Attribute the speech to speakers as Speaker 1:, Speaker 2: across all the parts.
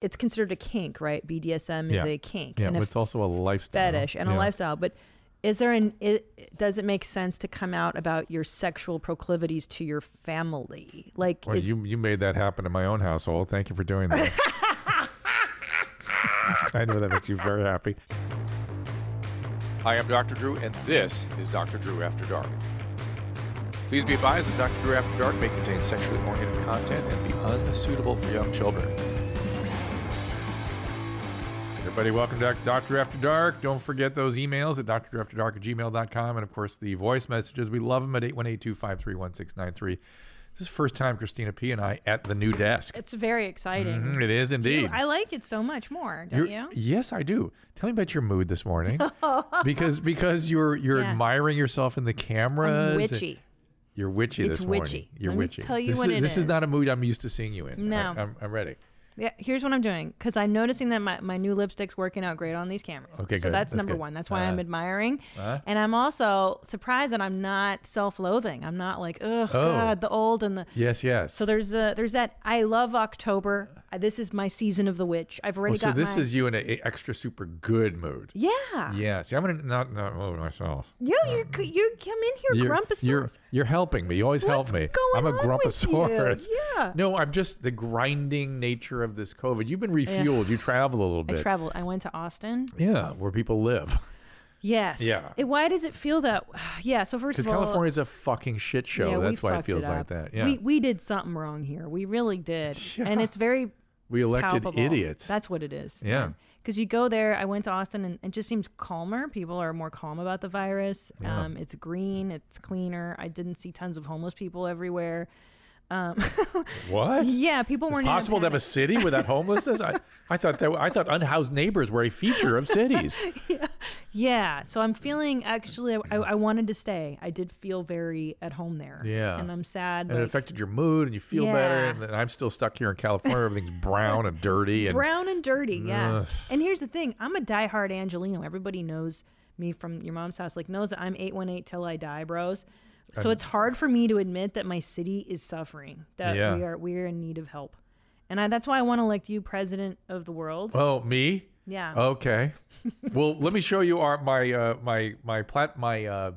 Speaker 1: It's considered a kink, right? BDSM is
Speaker 2: Yeah.
Speaker 1: a kink
Speaker 2: Yeah,
Speaker 1: and
Speaker 2: but
Speaker 1: a
Speaker 2: it's also a lifestyle.
Speaker 1: fetish and
Speaker 2: Yeah.
Speaker 1: a lifestyle. But is there an? It, does it make sense to come out about your sexual proclivities to your family? Like,
Speaker 2: Well,
Speaker 1: is,
Speaker 2: you you made that happen in my own household. Thank you for doing that. I know that makes you very happy.
Speaker 3: Hi, I'm Dr. Drew, and this is Dr. Drew After Dark. Please be advised that Dr. Drew After Dark may contain sexually oriented content and be unsuitable for young children.
Speaker 2: Everybody, welcome to Dr. After Dark. Don't forget those emails at drafterdark at gmail.com. And of course, the voice messages. We love them at 818 253 1693. This is first time Christina P. and I at the new desk.
Speaker 1: it's very exciting.
Speaker 2: Mhm, It is
Speaker 1: Do you-
Speaker 2: indeed.
Speaker 1: I like it so much more, don't
Speaker 2: You're-
Speaker 1: you?
Speaker 2: Yes, I do. Tell me about your mood this morning, because because you're you're
Speaker 1: Yeah.
Speaker 2: admiring yourself in the cameras.
Speaker 1: I'm
Speaker 2: and-
Speaker 1: witchy.
Speaker 2: You're witchy
Speaker 1: It's
Speaker 2: this morning.
Speaker 1: witchy.
Speaker 2: You're
Speaker 1: Let me
Speaker 2: witchy.
Speaker 1: tell you
Speaker 2: this
Speaker 1: what
Speaker 2: is,
Speaker 1: it
Speaker 2: This
Speaker 1: is.
Speaker 2: is not a mood I'm used to seeing you in.
Speaker 1: No.
Speaker 2: I, am I'm ready.
Speaker 1: Yeah, here's what I'm doing because I noticing that my, my new lipstick's working out great on these cameras.
Speaker 2: Okay,
Speaker 1: so
Speaker 2: good.
Speaker 1: that's,
Speaker 2: That's
Speaker 1: number
Speaker 2: good.
Speaker 1: one. That's why
Speaker 2: Uh-huh.
Speaker 1: I'm admiring, and I'm also surprised that I'm not self-loathing. I'm not like, Ugh,
Speaker 2: Oh.
Speaker 1: God, the old and the.
Speaker 2: Yes, yes.
Speaker 1: So there's a, there's that. I love October. I, this is my season of the witch. I've already
Speaker 2: Well, Oh, so
Speaker 1: got
Speaker 2: this
Speaker 1: my-
Speaker 2: is you in an extra super good mood.
Speaker 1: Yeah.
Speaker 2: Yeah. See, I'm gonna not not mood myself.
Speaker 1: Yo, you c- you come in here,
Speaker 2: You're,
Speaker 1: grumposaurus.
Speaker 2: you're you're helping me. You always
Speaker 1: What's
Speaker 2: help me.
Speaker 1: going
Speaker 2: I'm a
Speaker 1: on with you?
Speaker 2: grumposaurus.
Speaker 1: Yeah.
Speaker 2: No, I'm just the grinding nature of this COVID. You've been refueled. You travel a little
Speaker 1: I
Speaker 2: bit.
Speaker 1: traveled. I went to Austin.
Speaker 2: yeah, where people live.
Speaker 1: Yes.
Speaker 2: Yeah.
Speaker 1: It- why does it feel that? Yeah. So first
Speaker 2: Because
Speaker 1: of all,
Speaker 2: California's a fucking shit show.
Speaker 1: Yeah, we
Speaker 2: That's why it
Speaker 1: fucked
Speaker 2: feels like
Speaker 1: up.
Speaker 2: that. Yeah.
Speaker 1: We we did something wrong here. We really did. And
Speaker 2: Yeah.
Speaker 1: it's very
Speaker 2: We elected
Speaker 1: palpable.
Speaker 2: idiots.
Speaker 1: That's what it is.
Speaker 2: Yeah.
Speaker 1: Because you go there, I went to Austin and it just seems calmer. People are more calm about the virus. Um, it's green, it's cleaner. I didn't see tons of homeless people everywhere.
Speaker 2: what?
Speaker 1: Yeah, people
Speaker 2: It's
Speaker 1: weren't in
Speaker 2: possible to have a
Speaker 1: panic.
Speaker 2: city without homelessness. I, I thought that I thought unhoused neighbors were a feature of cities.
Speaker 1: Yeah, so I'm feeling actually, I, I, I wanted to stay. I did feel very at home there.
Speaker 2: Yeah.
Speaker 1: and I'm sad.
Speaker 2: And it
Speaker 1: like,
Speaker 2: affected your mood, and you feel better.
Speaker 1: Yeah.
Speaker 2: And, and I'm still stuck here in California. Everything's brown and dirty. And
Speaker 1: brown and dirty. Yeah.
Speaker 2: Ugh.
Speaker 1: And here's the thing: I'm a diehard Angelino. Everybody knows me from your mom's house. Like knows that I'm eight one eight till I die, bros. So it's hard for me to admit that my city is suffering. That
Speaker 2: Yeah.
Speaker 1: we are we are in need of help. And I, that's why I want to elect you president of the world.
Speaker 2: oh, me?
Speaker 1: yeah.
Speaker 2: Okay. well, let me show you our my uh, my my plat my. Uh,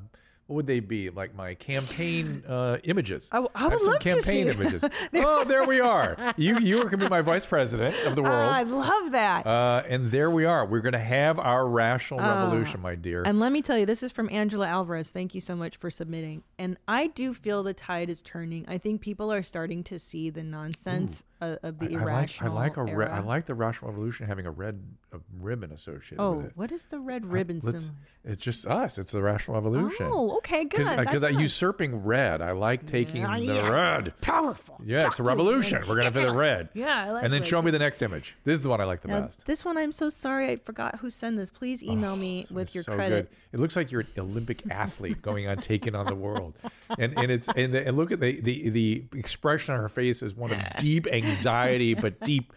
Speaker 2: what would they be like? My campaign uh, images.
Speaker 1: I w- I
Speaker 2: have
Speaker 1: would
Speaker 2: some
Speaker 1: love to
Speaker 2: campaign
Speaker 1: see them.
Speaker 2: images. oh, there we are. You you are going to be my vice president of the
Speaker 1: Ah,
Speaker 2: world.
Speaker 1: I love that.
Speaker 2: Uh, and there we are. We're going to have our rational
Speaker 1: Ah.
Speaker 2: revolution, my dear.
Speaker 1: and let me tell you, this is from Angela Alvarez. Thank you so much for submitting. And I do feel the tide is turning. I think people are starting to see the nonsense of, of the
Speaker 2: I like I
Speaker 1: irrational.
Speaker 2: like a re- I
Speaker 1: era.
Speaker 2: like the rational revolution having a red a ribbon associated
Speaker 1: Oh,
Speaker 2: with it.
Speaker 1: what is the red ribbon
Speaker 2: Let's-
Speaker 1: symbol?
Speaker 2: It's just us. It's the rational revolution.
Speaker 1: Oh, okay, good.
Speaker 2: Because uh,
Speaker 1: That's
Speaker 2: I
Speaker 1: nice.
Speaker 2: usurping red, I like taking
Speaker 1: Yeah,
Speaker 2: the
Speaker 1: yeah.
Speaker 2: red.
Speaker 1: powerful.
Speaker 2: Yeah, it's a revolution. We're gonna put the red.
Speaker 1: Yeah, I like
Speaker 2: and then
Speaker 1: red.
Speaker 2: show me the next image. This is the one I like the
Speaker 1: Now,
Speaker 2: best.
Speaker 1: this one, I'm so sorry, I forgot who sent this. Please email me
Speaker 2: It's
Speaker 1: with your
Speaker 2: so
Speaker 1: credit.
Speaker 2: Good. It looks like you're an Olympic athlete going on taking on the world, and and it's and, the, and look at the, the the expression on her face is one of deep anxiety but deep.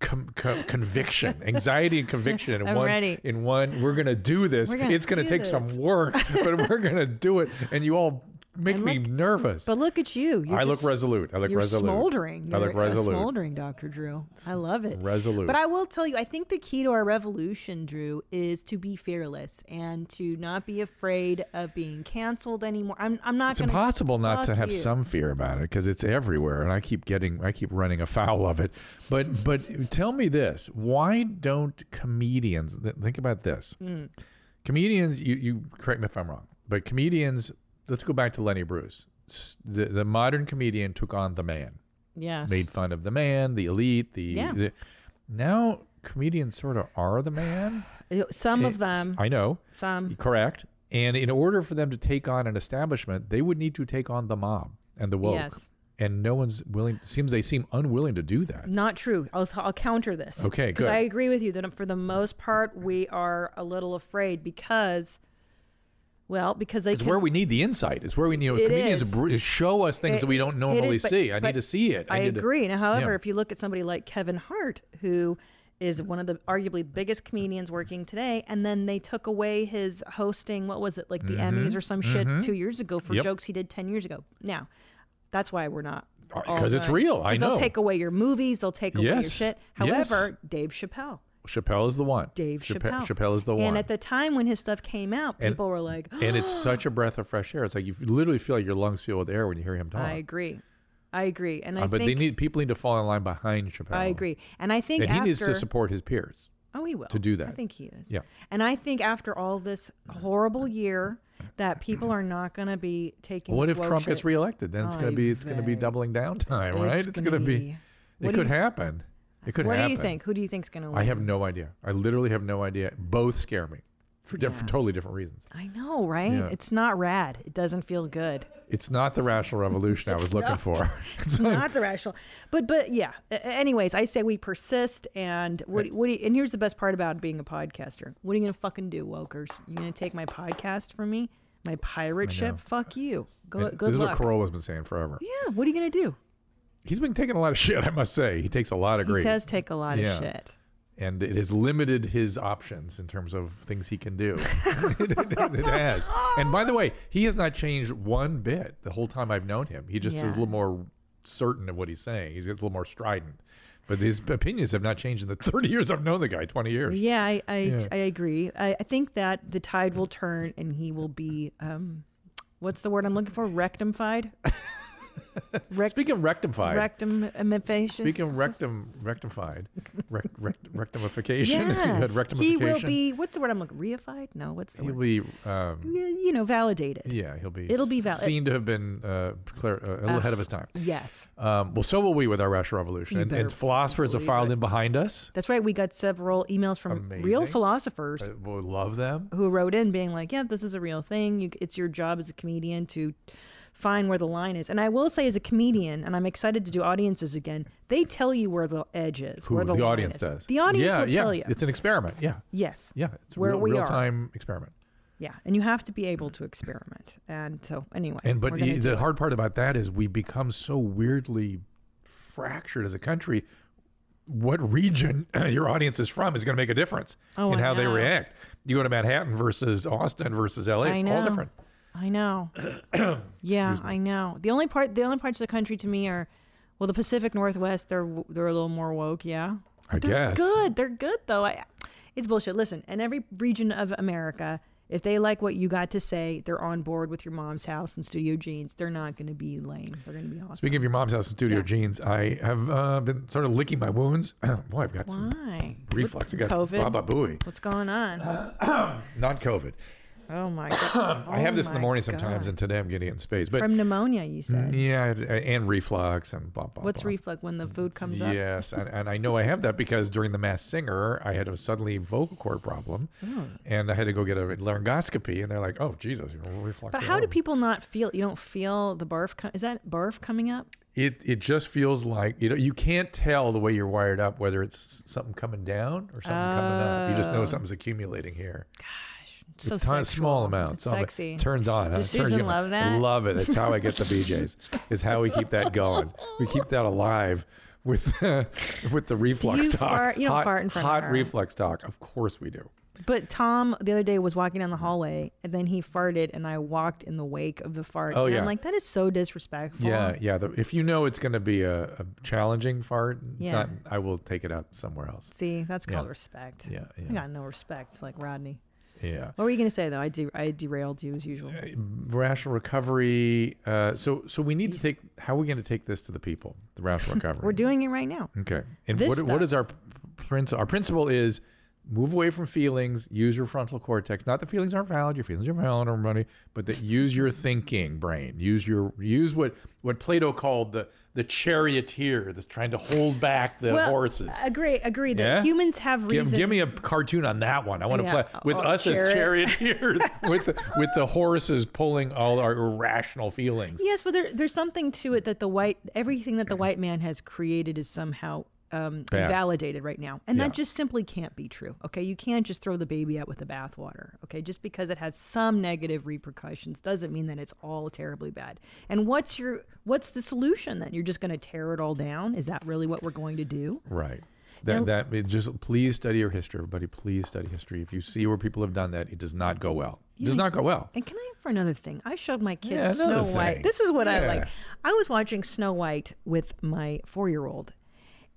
Speaker 2: Com, com, conviction, anxiety, and conviction in
Speaker 1: I'm
Speaker 2: one.
Speaker 1: ready.
Speaker 2: In one, we're gonna do this.
Speaker 1: We're gonna
Speaker 2: it's gonna
Speaker 1: do
Speaker 2: take
Speaker 1: this.
Speaker 2: some work, but we're gonna do it. And you all make
Speaker 1: And
Speaker 2: me
Speaker 1: look-
Speaker 2: nervous.
Speaker 1: But look at you. You're
Speaker 2: I look
Speaker 1: just-
Speaker 2: resolute. I look
Speaker 1: you're
Speaker 2: resolute.
Speaker 1: Smoldering.
Speaker 2: I
Speaker 1: You're
Speaker 2: look
Speaker 1: a
Speaker 2: resolute.
Speaker 1: smoldering, Dr. Drew. I love it.
Speaker 2: Resolute.
Speaker 1: But I will tell you, I think the key to our revolution, Drew, is to be fearless and to not be afraid of being canceled anymore. I'm, I'm not
Speaker 2: It's
Speaker 1: going
Speaker 2: impossible not to
Speaker 1: fuck
Speaker 2: have
Speaker 1: you.
Speaker 2: some fear about it because it's everywhere, and I keep getting, I keep running afoul of it. But, but tell me this: Why don't comedians th- think about this?
Speaker 1: Mm.
Speaker 2: Comedians, you, you correct me if I'm wrong, but comedians, let's go back to Lenny Bruce. S- The, the modern comedian took on the man,
Speaker 1: Yes.
Speaker 2: made fun of the man, the elite, the,
Speaker 1: Yeah.
Speaker 2: the now comedians sort of are the man.
Speaker 1: Uh, Some of
Speaker 2: It's-
Speaker 1: them.
Speaker 2: I know,
Speaker 1: Some.
Speaker 2: correct. And in order for them to take on an establishment, they would need to take on the mob and the woke
Speaker 1: Yes.
Speaker 2: and no one's willing. Seems they seem unwilling to do that.
Speaker 1: Not true. I'll, I'll counter this.
Speaker 2: Okay,
Speaker 1: Because
Speaker 2: good.
Speaker 1: I agree with you that um, for the most part, we are a little afraid because, well, because they
Speaker 2: It's
Speaker 1: can.
Speaker 2: where we need the insight. It's where we need you know,
Speaker 1: It
Speaker 2: comedians
Speaker 1: is.
Speaker 2: br- show us things
Speaker 1: It-
Speaker 2: that we don't
Speaker 1: it
Speaker 2: normally
Speaker 1: is, but-
Speaker 2: see. I
Speaker 1: but
Speaker 2: need to see it.
Speaker 1: I,
Speaker 2: need to-
Speaker 1: agree. Now, however,
Speaker 2: Yeah.
Speaker 1: if you look at somebody like Kevin Hart, who is one of the arguably biggest comedians working today, and then they took away his hosting, what was it, like the Emmys or some shit two years ago for
Speaker 2: Mm-hmm. Yep.
Speaker 1: jokes he did 10 years ago. Now, that's why we're not.
Speaker 2: Uh,
Speaker 1: all
Speaker 2: 'cause it's
Speaker 1: done.
Speaker 2: real. I
Speaker 1: 'Cause
Speaker 2: know.
Speaker 1: They'll take away your movies, they'll take away your
Speaker 2: Yes.
Speaker 1: shit.
Speaker 2: Yes.
Speaker 1: However, Dave Chappelle.
Speaker 2: Chappelle is the one.
Speaker 1: Dave Chappelle.
Speaker 2: Chappelle, Chappelle is the one.
Speaker 1: And at the time when his stuff came out,
Speaker 2: And-
Speaker 1: people were like,
Speaker 2: and it's such a breath of fresh air. It's like you literally feel like your lungs feel with air when you hear him talk.
Speaker 1: I agree. I agree. And I
Speaker 2: Uh, but
Speaker 1: think
Speaker 2: they need people need to fall in line behind Chappelle.
Speaker 1: I agree. And I think
Speaker 2: And he
Speaker 1: after
Speaker 2: needs to support his peers.
Speaker 1: Oh, he will.
Speaker 2: to do
Speaker 1: I
Speaker 2: that.
Speaker 1: think he is.
Speaker 2: Yeah.
Speaker 1: And I think after all this horrible year, that people are not going to be taking.
Speaker 2: what
Speaker 1: this
Speaker 2: if
Speaker 1: woke
Speaker 2: Trump
Speaker 1: shit.
Speaker 2: gets reelected? Then it's gonna
Speaker 1: I
Speaker 2: be it's gonna be
Speaker 1: bet.
Speaker 2: doubling down time, right? It's,
Speaker 1: gonna
Speaker 2: gonna be.
Speaker 1: What
Speaker 2: it
Speaker 1: do
Speaker 2: could
Speaker 1: you-
Speaker 2: happen. It could
Speaker 1: What
Speaker 2: happen.
Speaker 1: do you think? Who do you think's going to win?
Speaker 2: I have no idea. I literally have no idea. Both scare me for, diff- for totally different reasons.
Speaker 1: I know, right?
Speaker 2: Yeah.
Speaker 1: It's not rad. It doesn't feel good.
Speaker 2: It's not the rational revolution I was looking
Speaker 1: not.
Speaker 2: for.
Speaker 1: It's not the rational. But but yeah. A- a- Anyways, I say we persist. And what what? Do you, and here's the best part about being a podcaster. What are you going to fucking do, wokers? You going to take my podcast from me? My pirate ship? Fuck you. Go,
Speaker 2: And
Speaker 1: good
Speaker 2: this
Speaker 1: luck.
Speaker 2: is what Corolla's been saying forever.
Speaker 1: yeah. What are you going to do?
Speaker 2: He's been taking a lot of shit, I must say. He takes a lot of
Speaker 1: He
Speaker 2: grief,
Speaker 1: does take a lot
Speaker 2: Yeah.
Speaker 1: of shit.
Speaker 2: and it has limited his options in terms of things he can do. it, it has. And by the way, he has not changed one bit the whole time I've known him. He just is
Speaker 1: Yeah.
Speaker 2: a little more certain of what he's saying. He's gets a little more strident. But his opinions have not changed in the 30 years I've known the guy, 20 years.
Speaker 1: Yeah, I I,
Speaker 2: Yeah.
Speaker 1: I agree. I, I think that the tide will turn and he will be um, what's the word I'm looking for? Rectified. Rect,
Speaker 2: Speaking of rectified,
Speaker 1: rectum
Speaker 2: Speaking of rectum, rectified, rec, rec, rectification. you had
Speaker 1: Yes,
Speaker 2: rectification.
Speaker 1: he will be. What's the word I'm looking? Reified? No, what's the
Speaker 2: He'll
Speaker 1: word?
Speaker 2: be. Um,
Speaker 1: Y- you know, validated.
Speaker 2: yeah, he'll be.
Speaker 1: It'll be valid.
Speaker 2: Seen to have been uh, clear, uh, a little ahead of his time.
Speaker 1: Yes,
Speaker 2: Um, well, so will we with our Russian Revolution,
Speaker 1: You
Speaker 2: and, and
Speaker 1: better
Speaker 2: philosophers have
Speaker 1: believe
Speaker 2: filed
Speaker 1: it.
Speaker 2: in behind us.
Speaker 1: that's right. We got several emails from real
Speaker 2: Amazing.
Speaker 1: philosophers
Speaker 2: Uh, We'll love them.
Speaker 1: who wrote in being like, "Yeah, this is a real thing. You, it's your job as a comedian to find where the line is." And I will say, as a comedian, and I'm excited to do audiences again. They tell you where the edge is,
Speaker 2: Who
Speaker 1: where the,
Speaker 2: the
Speaker 1: line
Speaker 2: audience
Speaker 1: is.
Speaker 2: does.
Speaker 1: The audience
Speaker 2: yeah,
Speaker 1: will
Speaker 2: yeah.
Speaker 1: tell you.
Speaker 2: It's an experiment. Yeah,
Speaker 1: yes.
Speaker 2: yeah. It's a
Speaker 1: Where
Speaker 2: real,
Speaker 1: we are.
Speaker 2: real time experiment.
Speaker 1: Yeah. And you have to be able to experiment. And so, anyway.
Speaker 2: And but
Speaker 1: we're
Speaker 2: the,
Speaker 1: gonna do
Speaker 2: the
Speaker 1: it.
Speaker 2: hard part about that is we become so weirdly fractured as a country. What region your audience is from is going to make a difference
Speaker 1: Oh,
Speaker 2: in
Speaker 1: I
Speaker 2: how they
Speaker 1: know.
Speaker 2: react. You go to Manhattan versus Austin versus LA,
Speaker 1: I
Speaker 2: it's all
Speaker 1: know.
Speaker 2: different.
Speaker 1: I know. yeah, I know. The only part, the only parts of the country to me are, well, the Pacific Northwest. They're w- they're a little more woke. Yeah.
Speaker 2: I
Speaker 1: They're
Speaker 2: guess.
Speaker 1: good. They're good though. I, it's bullshit. Listen, in every region of America, if they like what you got to say, they're on board with your mom's house and Studio Jeans. They're not going to be lame. They're going to be awesome.
Speaker 2: Speaking of your mom's house and studio jeans, I have uh, been sort of licking my wounds. Boy, I've got some
Speaker 1: Why?
Speaker 2: reflux. I got
Speaker 1: COVID?
Speaker 2: Baba Booey,
Speaker 1: What's going on?
Speaker 2: not COVID.
Speaker 1: oh my god.
Speaker 2: I have
Speaker 1: Oh
Speaker 2: this in the
Speaker 1: my
Speaker 2: morning sometimes,
Speaker 1: God.
Speaker 2: and Mm-hmm. today I'm getting it in space. But Mm,
Speaker 1: From pneumonia, you said.
Speaker 2: yeah, uh, and reflux and blah blah.
Speaker 1: What's
Speaker 2: blah.
Speaker 1: reflux when the food comes up?
Speaker 2: Yes, and, and I know I have that because during the Mass Singer, I had a suddenly vocal cord problem,
Speaker 1: Oh.
Speaker 2: and I had to go get a laryngoscopy, and they're like, "Oh Jesus, you're reflux."
Speaker 1: But
Speaker 2: at
Speaker 1: how do
Speaker 2: home."
Speaker 1: people not feel? You don't feel the barf. Co- is that barf coming up?
Speaker 2: It it just feels like you know you can't tell the way you're wired up whether it's something coming down or something coming up. You just
Speaker 1: Oh.
Speaker 2: know something's accumulating here.
Speaker 1: It's so
Speaker 2: it's ton- small
Speaker 1: sexual.
Speaker 2: amount.
Speaker 1: It's
Speaker 2: Some of it
Speaker 1: sexy.
Speaker 2: turns on. huh?
Speaker 1: Does
Speaker 2: Turns
Speaker 1: Susan
Speaker 2: you on.
Speaker 1: love that?
Speaker 2: Love it. It's how I get the BJ's. it's how we keep that going. We keep that alive with with the reflux
Speaker 1: you
Speaker 2: talk.
Speaker 1: fart- you don't
Speaker 2: hot,
Speaker 1: fart in front of
Speaker 2: hot
Speaker 1: her.
Speaker 2: reflux talk. Of course we do.
Speaker 1: But Tom the other day was walking down the hallway and then he farted and I walked in the wake of the fart.
Speaker 2: Oh,
Speaker 1: and
Speaker 2: yeah.
Speaker 1: I'm like, that is so disrespectful.
Speaker 2: Yeah, yeah. The, if you know it's going to be a, a challenging fart,
Speaker 1: Yeah.
Speaker 2: not- I will take it out somewhere else.
Speaker 1: See, that's called
Speaker 2: Yeah.
Speaker 1: respect.
Speaker 2: Yeah, yeah.
Speaker 1: I got no respect. It's like Rodney.
Speaker 2: Yeah.
Speaker 1: What were you gonna say though? I de- I derailed you as usual.
Speaker 2: Rational recovery. Uh, so, so we need to take. How are we going to take this to the people? The rational recovery.
Speaker 1: We're doing it right now.
Speaker 2: Okay. And
Speaker 1: This
Speaker 2: what, what
Speaker 1: stuff.
Speaker 2: is our principle? Our principle is move away from feelings, use your frontal cortex. Not that feelings aren't valid, your feelings are valid, everybody, but that use your thinking brain. Use your use what what Plato called the the charioteer that's trying to hold back the
Speaker 1: well,
Speaker 2: horses.
Speaker 1: Agree, agree that
Speaker 2: Yeah?
Speaker 1: humans have
Speaker 2: Give,
Speaker 1: reason.
Speaker 2: give me a cartoon on that one. I want to
Speaker 1: Yeah.
Speaker 2: play with
Speaker 1: Oh,
Speaker 2: us
Speaker 1: chariot.
Speaker 2: as charioteers, with the, with the horses pulling all our irrational feelings.
Speaker 1: Yes, but there, there's something to it that the white everything that the white man has created is somehow um,
Speaker 2: Bad.
Speaker 1: invalidated right now, and
Speaker 2: Yeah.
Speaker 1: that just simply can't be true. Okay, you can't just throw the baby out with the bathwater. Okay, just because it has some negative repercussions doesn't mean that it's all terribly bad. And what's your what's the solution then? You're just going to tear it all down? Is that really what we're going to do?
Speaker 2: Right. That that it just please study your history, everybody. Please study history. If you see where people have done that, it does not go well. It does not go well.
Speaker 1: And can I for another thing? I showed my kids
Speaker 2: Yeah,
Speaker 1: Snow
Speaker 2: another thing.
Speaker 1: White. This is what I like.
Speaker 2: Yeah.
Speaker 1: I was watching Snow White with my four year old,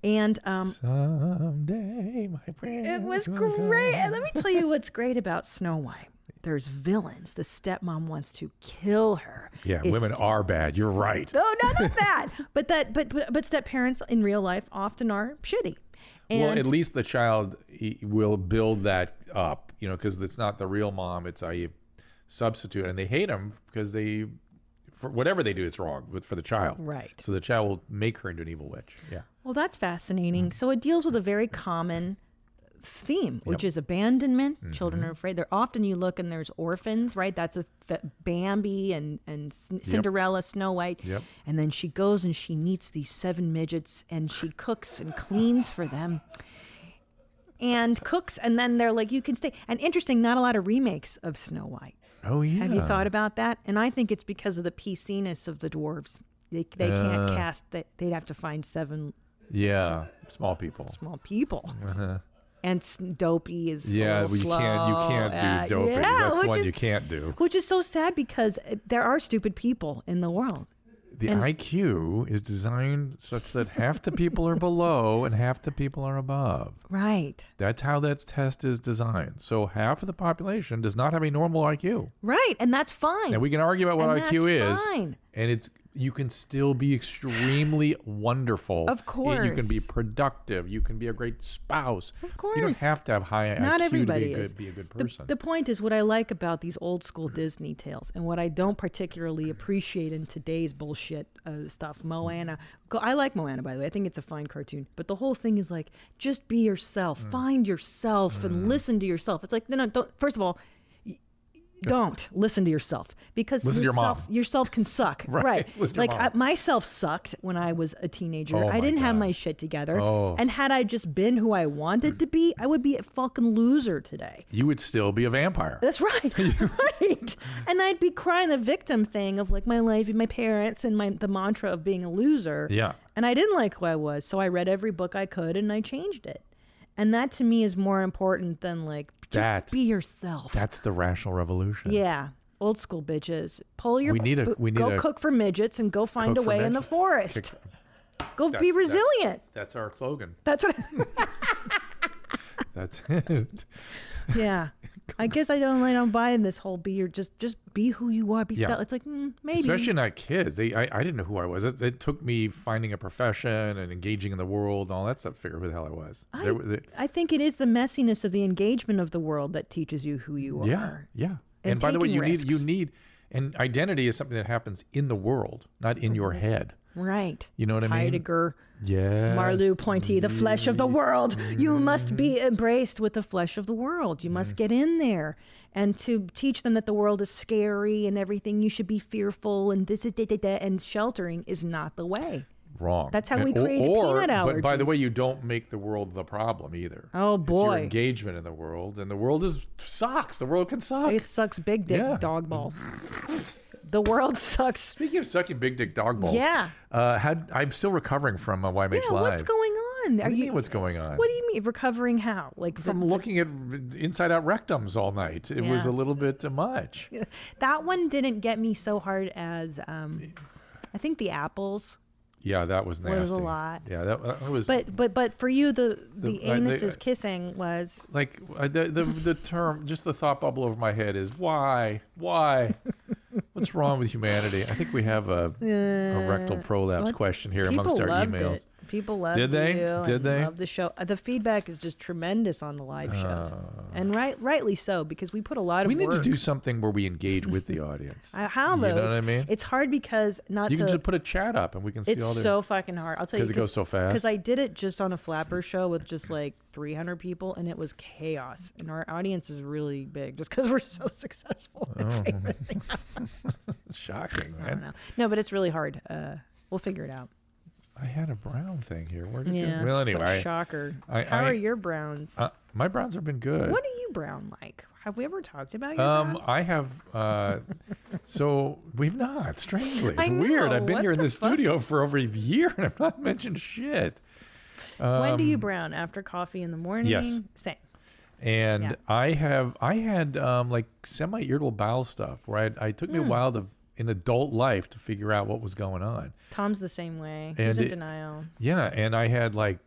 Speaker 1: and um,
Speaker 2: Someday, my friend.
Speaker 1: It was
Speaker 2: will come.
Speaker 1: great. And let me tell you what's great about Snow White. There's villains. The stepmom wants to kill her.
Speaker 2: Yeah,
Speaker 1: It's-
Speaker 2: women are bad. You're right.
Speaker 1: No, no, not that. but that, but but, but step parents in real life often are shitty. And
Speaker 2: well, at least the child e- will build that up, you know, because it's not the real mom; it's a substitute, and they hate him because they, for whatever they do, it's wrong. But for the child,
Speaker 1: Right.
Speaker 2: So the child will make her into an evil witch. Yeah.
Speaker 1: Well, that's
Speaker 2: Mm.
Speaker 1: fascinating. So it deals with a very common theme, which is abandonment. Children
Speaker 2: Mm-hmm.
Speaker 1: are afraid. They're often you look and there's orphans, right? That's a th- Bambi and and Sn- Cinderella, Snow White.
Speaker 2: Yep.
Speaker 1: And then she goes and she meets these seven midgets and she cooks and cleans for them. And cooks, and then they're like, "You can stay." And interesting, not a lot of remakes of Snow White.
Speaker 2: Oh yeah.
Speaker 1: Have you thought about that? And I think it's because of the PC-ness of the dwarves. They, they
Speaker 2: Uh.
Speaker 1: can't cast that. They'd have to find seven
Speaker 2: Yeah, small people.
Speaker 1: small people. And s- dopey is a
Speaker 2: Uh-huh. yeah,
Speaker 1: little
Speaker 2: well, you can't you
Speaker 1: slow
Speaker 2: can't
Speaker 1: at-
Speaker 2: do doping.
Speaker 1: Yeah,
Speaker 2: That's the
Speaker 1: which
Speaker 2: one
Speaker 1: is,
Speaker 2: you can't do.
Speaker 1: Which is so sad because uh, there are stupid people in the world.
Speaker 2: The IQ is designed such that half the people are below and half the people are above.
Speaker 1: Right.
Speaker 2: That's how that test is designed. So half of the population does not have a normal IQ.
Speaker 1: Right, and that's fine.
Speaker 2: Now we can argue about what
Speaker 1: And
Speaker 2: IQ
Speaker 1: that's
Speaker 2: is,
Speaker 1: fine.
Speaker 2: and it's you can still be extremely wonderful.
Speaker 1: Of
Speaker 2: Y- you can be
Speaker 1: course.
Speaker 2: productive. You can be a great spouse.
Speaker 1: Of
Speaker 2: you don't
Speaker 1: course.
Speaker 2: have to have high
Speaker 1: Not
Speaker 2: IQ to
Speaker 1: everybody
Speaker 2: be a,
Speaker 1: is.
Speaker 2: good, be a good
Speaker 1: The-
Speaker 2: person.
Speaker 1: The, point is what I like about these old school Disney tales and what I don't particularly appreciate in today's bullshit uh, stuff. Moana. Go- I like Moana, by the way. I think it's a fine cartoon. But the whole thing is like, just be yourself,
Speaker 2: Mm.
Speaker 1: find yourself, and listen to yourself. It's like, no, no, don't. First of all, y- don't listen to yourself because
Speaker 2: Listen to your
Speaker 1: yourself,
Speaker 2: mom.
Speaker 1: yourself can suck.
Speaker 2: Right.
Speaker 1: right.
Speaker 2: Listen to your
Speaker 1: Like, I,
Speaker 2: mom.
Speaker 1: myself sucked when I was a teenager.
Speaker 2: Oh, my
Speaker 1: I didn't have
Speaker 2: God.
Speaker 1: my shit together.
Speaker 2: Oh.
Speaker 1: And had I just been who I wanted to be, I would be a fucking loser today.
Speaker 2: you would still be a vampire.
Speaker 1: That's right. right. And I'd be crying the victim thing of like my life and my parents and my the mantra of being a loser.
Speaker 2: Yeah.
Speaker 1: And I didn't like who I was, so I read every book I could and I changed it. And that to me is more important than like just
Speaker 2: That-
Speaker 1: be yourself.
Speaker 2: That's the rational revolution.
Speaker 1: yeah. Old school bitches. Pull your
Speaker 2: We need a-
Speaker 1: bo-
Speaker 2: we need
Speaker 1: go
Speaker 2: a-
Speaker 1: cook for midgets and go find a
Speaker 2: Cook for
Speaker 1: way in the
Speaker 2: midgets.
Speaker 1: forest.
Speaker 2: Kick-
Speaker 1: Go be
Speaker 2: that's-
Speaker 1: resilient.
Speaker 2: That's our slogan.
Speaker 1: That's, what
Speaker 2: That's it.
Speaker 1: Yeah. I guess I don't I don't buy in this whole be your just just be who you are. Be
Speaker 2: Yeah.
Speaker 1: stealth. It's like mm, maybe
Speaker 2: Especially not kids. They, I, I didn't know who I was. It, it took me finding a profession and engaging in the world and all that stuff to figure who the hell I was. There were- there-
Speaker 1: I think it is the messiness of the engagement of the world that teaches you who you are.
Speaker 2: yeah, yeah. And,
Speaker 1: And
Speaker 2: by the way,
Speaker 1: taking
Speaker 2: you need you
Speaker 1: risks.
Speaker 2: need and identity is something that happens in the world, not in
Speaker 1: Mm-hmm.
Speaker 2: your head.
Speaker 1: Right.
Speaker 2: You know what I mean?
Speaker 1: Heidegger,
Speaker 2: Yeah.
Speaker 1: Marleau Pointy, the flesh
Speaker 2: Mm.
Speaker 1: of the world. You must be embraced with the flesh of the world. You
Speaker 2: Mm.
Speaker 1: must get in there. And to teach them that the world is scary and everything, you should be fearful and this is da, da, da, and sheltering is not the way.
Speaker 2: Wrong.
Speaker 1: That's how we
Speaker 2: or-
Speaker 1: created
Speaker 2: or,
Speaker 1: peanut
Speaker 2: But by the way,
Speaker 1: allergies.
Speaker 2: you don't make the world the problem either.
Speaker 1: Oh,
Speaker 2: It's your
Speaker 1: boy.
Speaker 2: engagement in the world, and the world is sucks. The world can suck.
Speaker 1: It sucks big dick
Speaker 2: Yeah.
Speaker 1: dog balls. the world sucks.
Speaker 2: Speaking of sucking big dick dog balls,
Speaker 1: Yeah.
Speaker 2: uh, had, I'm still recovering from uh, YMH
Speaker 1: Yeah,
Speaker 2: Live.
Speaker 1: what's going on?
Speaker 2: What do you, mean what's going on?
Speaker 1: What do you mean recovering? How? Like
Speaker 2: From looking at r- inside out rectums all night, it was a
Speaker 1: Yeah.
Speaker 2: little bit uh, much.
Speaker 1: That one didn't get me so hard as um, I think the apples.
Speaker 2: Yeah, that was
Speaker 1: Well,
Speaker 2: nasty.
Speaker 1: it was a lot.
Speaker 2: Yeah, that, that was.
Speaker 1: But but but for you the the,
Speaker 2: I- uh, they-
Speaker 1: anus is kissing was
Speaker 2: like uh, the, the the term, just the thought bubble over my head is why, why, what's wrong with humanity? I think we have a, a rectal prolapse question Oh, here amongst
Speaker 1: uh, people
Speaker 2: our
Speaker 1: loved
Speaker 2: emails.
Speaker 1: it. People love
Speaker 2: Did they?
Speaker 1: you
Speaker 2: Did
Speaker 1: and
Speaker 2: they?
Speaker 1: love the show. Uh, The feedback is just tremendous on the live shows, and right, rightly so because we put a lot of
Speaker 2: Uh. We need to
Speaker 1: work.
Speaker 2: do something where we engage with the audience.
Speaker 1: I- How
Speaker 2: You
Speaker 1: though?
Speaker 2: know what
Speaker 1: it's,
Speaker 2: I mean?
Speaker 1: It's hard because not
Speaker 2: you
Speaker 1: to.
Speaker 2: can just put a chat up and we can see
Speaker 1: it's
Speaker 2: all the.
Speaker 1: so fucking hard. I'll tell you
Speaker 2: 'Cause it goes so fast.
Speaker 1: Because I did it just on a flapper show with just like 300 people, and it was chaos. And our audience is really big just because we're so successful.
Speaker 2: Oh,
Speaker 1: and famous.
Speaker 2: shocking,
Speaker 1: I don't
Speaker 2: man.
Speaker 1: know. No, but it's really hard. Uh, we'll figure it out.
Speaker 2: I had a brown thing here. Where did
Speaker 1: Yeah.
Speaker 2: you? Well,
Speaker 1: it's a
Speaker 2: anyway,
Speaker 1: shocker.
Speaker 2: I-
Speaker 1: How
Speaker 2: I-
Speaker 1: are your Browns?
Speaker 2: uh, my browns have been good.
Speaker 1: what are you brown like? Have we ever talked about your
Speaker 2: Um,
Speaker 1: Browns?
Speaker 2: I have. Uh, so we've not. Strangely, it's
Speaker 1: I
Speaker 2: weird.
Speaker 1: know,
Speaker 2: I've been
Speaker 1: what
Speaker 2: here in
Speaker 1: the
Speaker 2: this
Speaker 1: fuck?
Speaker 2: studio for over a year, and I've not mentioned shit.
Speaker 1: when do you brown? After coffee in the morning?
Speaker 2: um, yes.
Speaker 1: Same.
Speaker 2: And
Speaker 1: Yeah.
Speaker 2: I have. I had um, like semi-irritable bowel stuff. Where I, I took
Speaker 1: Hmm.
Speaker 2: me a while to in adult life to figure out what was going on.
Speaker 1: Tom's the same way. He's
Speaker 2: And
Speaker 1: in
Speaker 2: it-
Speaker 1: denial.
Speaker 2: Yeah, and I had like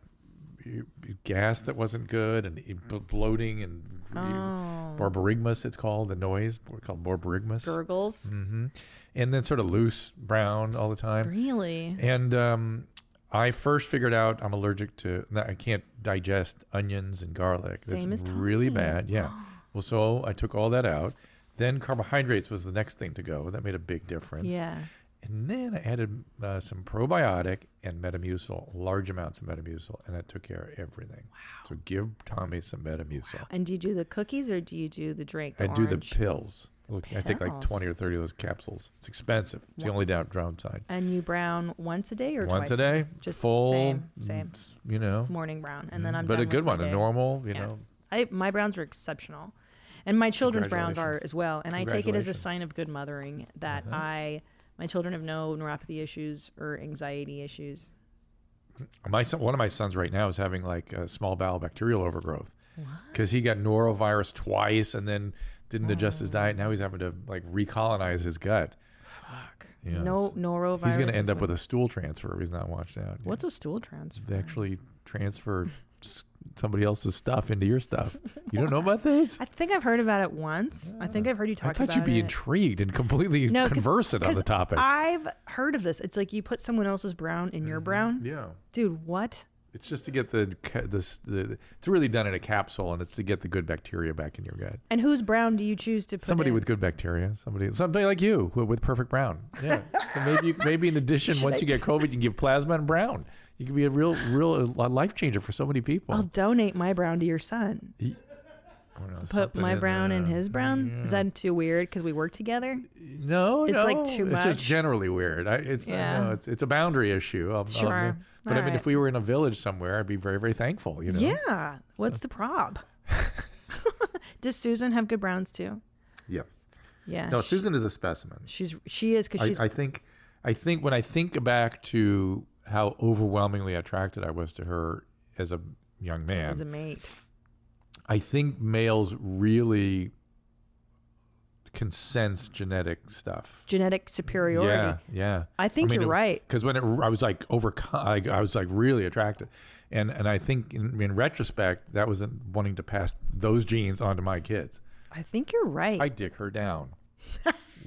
Speaker 2: y- y- gas that wasn't good, and i- b- bloating, and
Speaker 1: Oh.
Speaker 2: y- barbarigmus. It's called the noise. We're called barbarigmus.
Speaker 1: Gurgles.
Speaker 2: Mm. And then sort of loose brown all the time.
Speaker 1: Really?
Speaker 2: And um, I first figured out I'm allergic to. no, I can't digest onions and garlic.
Speaker 1: Same
Speaker 2: That's
Speaker 1: as
Speaker 2: really
Speaker 1: Tommy.
Speaker 2: bad. Yeah. well, so I took all that out. Then carbohydrates was the next thing to go. That made a big difference.
Speaker 1: Yeah.
Speaker 2: And then I added uh, some probiotic and Metamucil, large amounts of Metamucil, and that took care of everything. Wow. So give Tommy some Metamucil.
Speaker 1: And do you do the cookies or do you do the drink? The
Speaker 2: I do the
Speaker 1: orange?
Speaker 2: pills. Look, I take like
Speaker 1: pills.
Speaker 2: 20 or 30 of those capsules. It's expensive. It's the only down- downside.
Speaker 1: And you brown once a day or
Speaker 2: Once
Speaker 1: twice
Speaker 2: a day,
Speaker 1: Just
Speaker 2: full, mm,
Speaker 1: same, same.
Speaker 2: s- you know,
Speaker 1: Morning brown, and then I'm.
Speaker 2: Mm-hmm. but
Speaker 1: done
Speaker 2: a
Speaker 1: with
Speaker 2: good
Speaker 1: my
Speaker 2: one, a
Speaker 1: day.
Speaker 2: normal, you
Speaker 1: Yeah.
Speaker 2: know.
Speaker 1: I my browns are exceptional, and my children's browns are
Speaker 2: Congratulations.
Speaker 1: as well. And I take it as a
Speaker 2: Congratulations. Mm-hmm.
Speaker 1: sign of good mothering that I my children have no neuropathy issues or anxiety issues.
Speaker 2: My son, one of my sons right now is having like a small bowel bacterial overgrowth because he got norovirus twice and then didn't adjust his diet. Now he's having to like recolonize his gut.
Speaker 1: Fuck.
Speaker 2: Yeah,
Speaker 1: No
Speaker 2: it's-
Speaker 1: norovirus.
Speaker 2: He's going to
Speaker 1: is
Speaker 2: end up
Speaker 1: what-
Speaker 2: with a stool transfer if he's not watched out.
Speaker 1: What's a stool transfer?
Speaker 2: They actually transfer s- somebody else's stuff into your stuff. You don't know about this?
Speaker 1: I think I've heard about it once. I think I've heard you
Speaker 2: I
Speaker 1: talk about it.
Speaker 2: thought you'd be intrigued and completely
Speaker 1: No, 'cause-
Speaker 2: conversant on
Speaker 1: 'cause
Speaker 2: the topic.
Speaker 1: I've heard of this. It's like you put someone else's brown in your brown.
Speaker 2: Mm-hmm. yeah.
Speaker 1: Dude, what?
Speaker 2: It's just to get the, ca- this, the, it's really done in a capsule and it's to get the good bacteria back in your gut.
Speaker 1: And whose brown do you choose to put
Speaker 2: Somebody
Speaker 1: in?
Speaker 2: with good bacteria, somebody, somebody like you who, with perfect brown. Yeah. so maybe, you, maybe in addition, once you get COVID, you can give plasma and brown. You can be a real, real uh, life changer for so many people.
Speaker 1: I'll donate my brown to your son.
Speaker 2: I don't know,
Speaker 1: Put
Speaker 2: something
Speaker 1: my
Speaker 2: in
Speaker 1: brown in
Speaker 2: there.
Speaker 1: his brown. Is that too weird? Because we work together.
Speaker 2: No,
Speaker 1: It's,
Speaker 2: no,
Speaker 1: like, too
Speaker 2: It's
Speaker 1: much.
Speaker 2: just generally weird. I, it's
Speaker 1: Yeah.
Speaker 2: yeah. no, it's it's a boundary issue. I'll,
Speaker 1: Sure.
Speaker 2: I'll, but I mean,
Speaker 1: Alright.
Speaker 2: if we were in a village somewhere, I'd be very very thankful. You know.
Speaker 1: Yeah. What's the prob? Does Susan have good browns too?
Speaker 2: Yes.
Speaker 1: Yeah.
Speaker 2: No,
Speaker 1: sh-
Speaker 2: Susan is a specimen.
Speaker 1: She's she is because
Speaker 2: I,
Speaker 1: she's
Speaker 2: I think, I think when I think back to how overwhelmingly attracted I was to her as a young man,
Speaker 1: as a mate.
Speaker 2: I think males really can sense genetic stuff.
Speaker 1: Genetic superiority.
Speaker 2: Yeah, yeah.
Speaker 1: I think you're right.
Speaker 2: Because when it, I was like overcome, I, I was like really attracted, and and I think in, in retrospect that wasn't wanting to pass those genes on to my kids.
Speaker 1: I think you're right.
Speaker 2: I dick her down.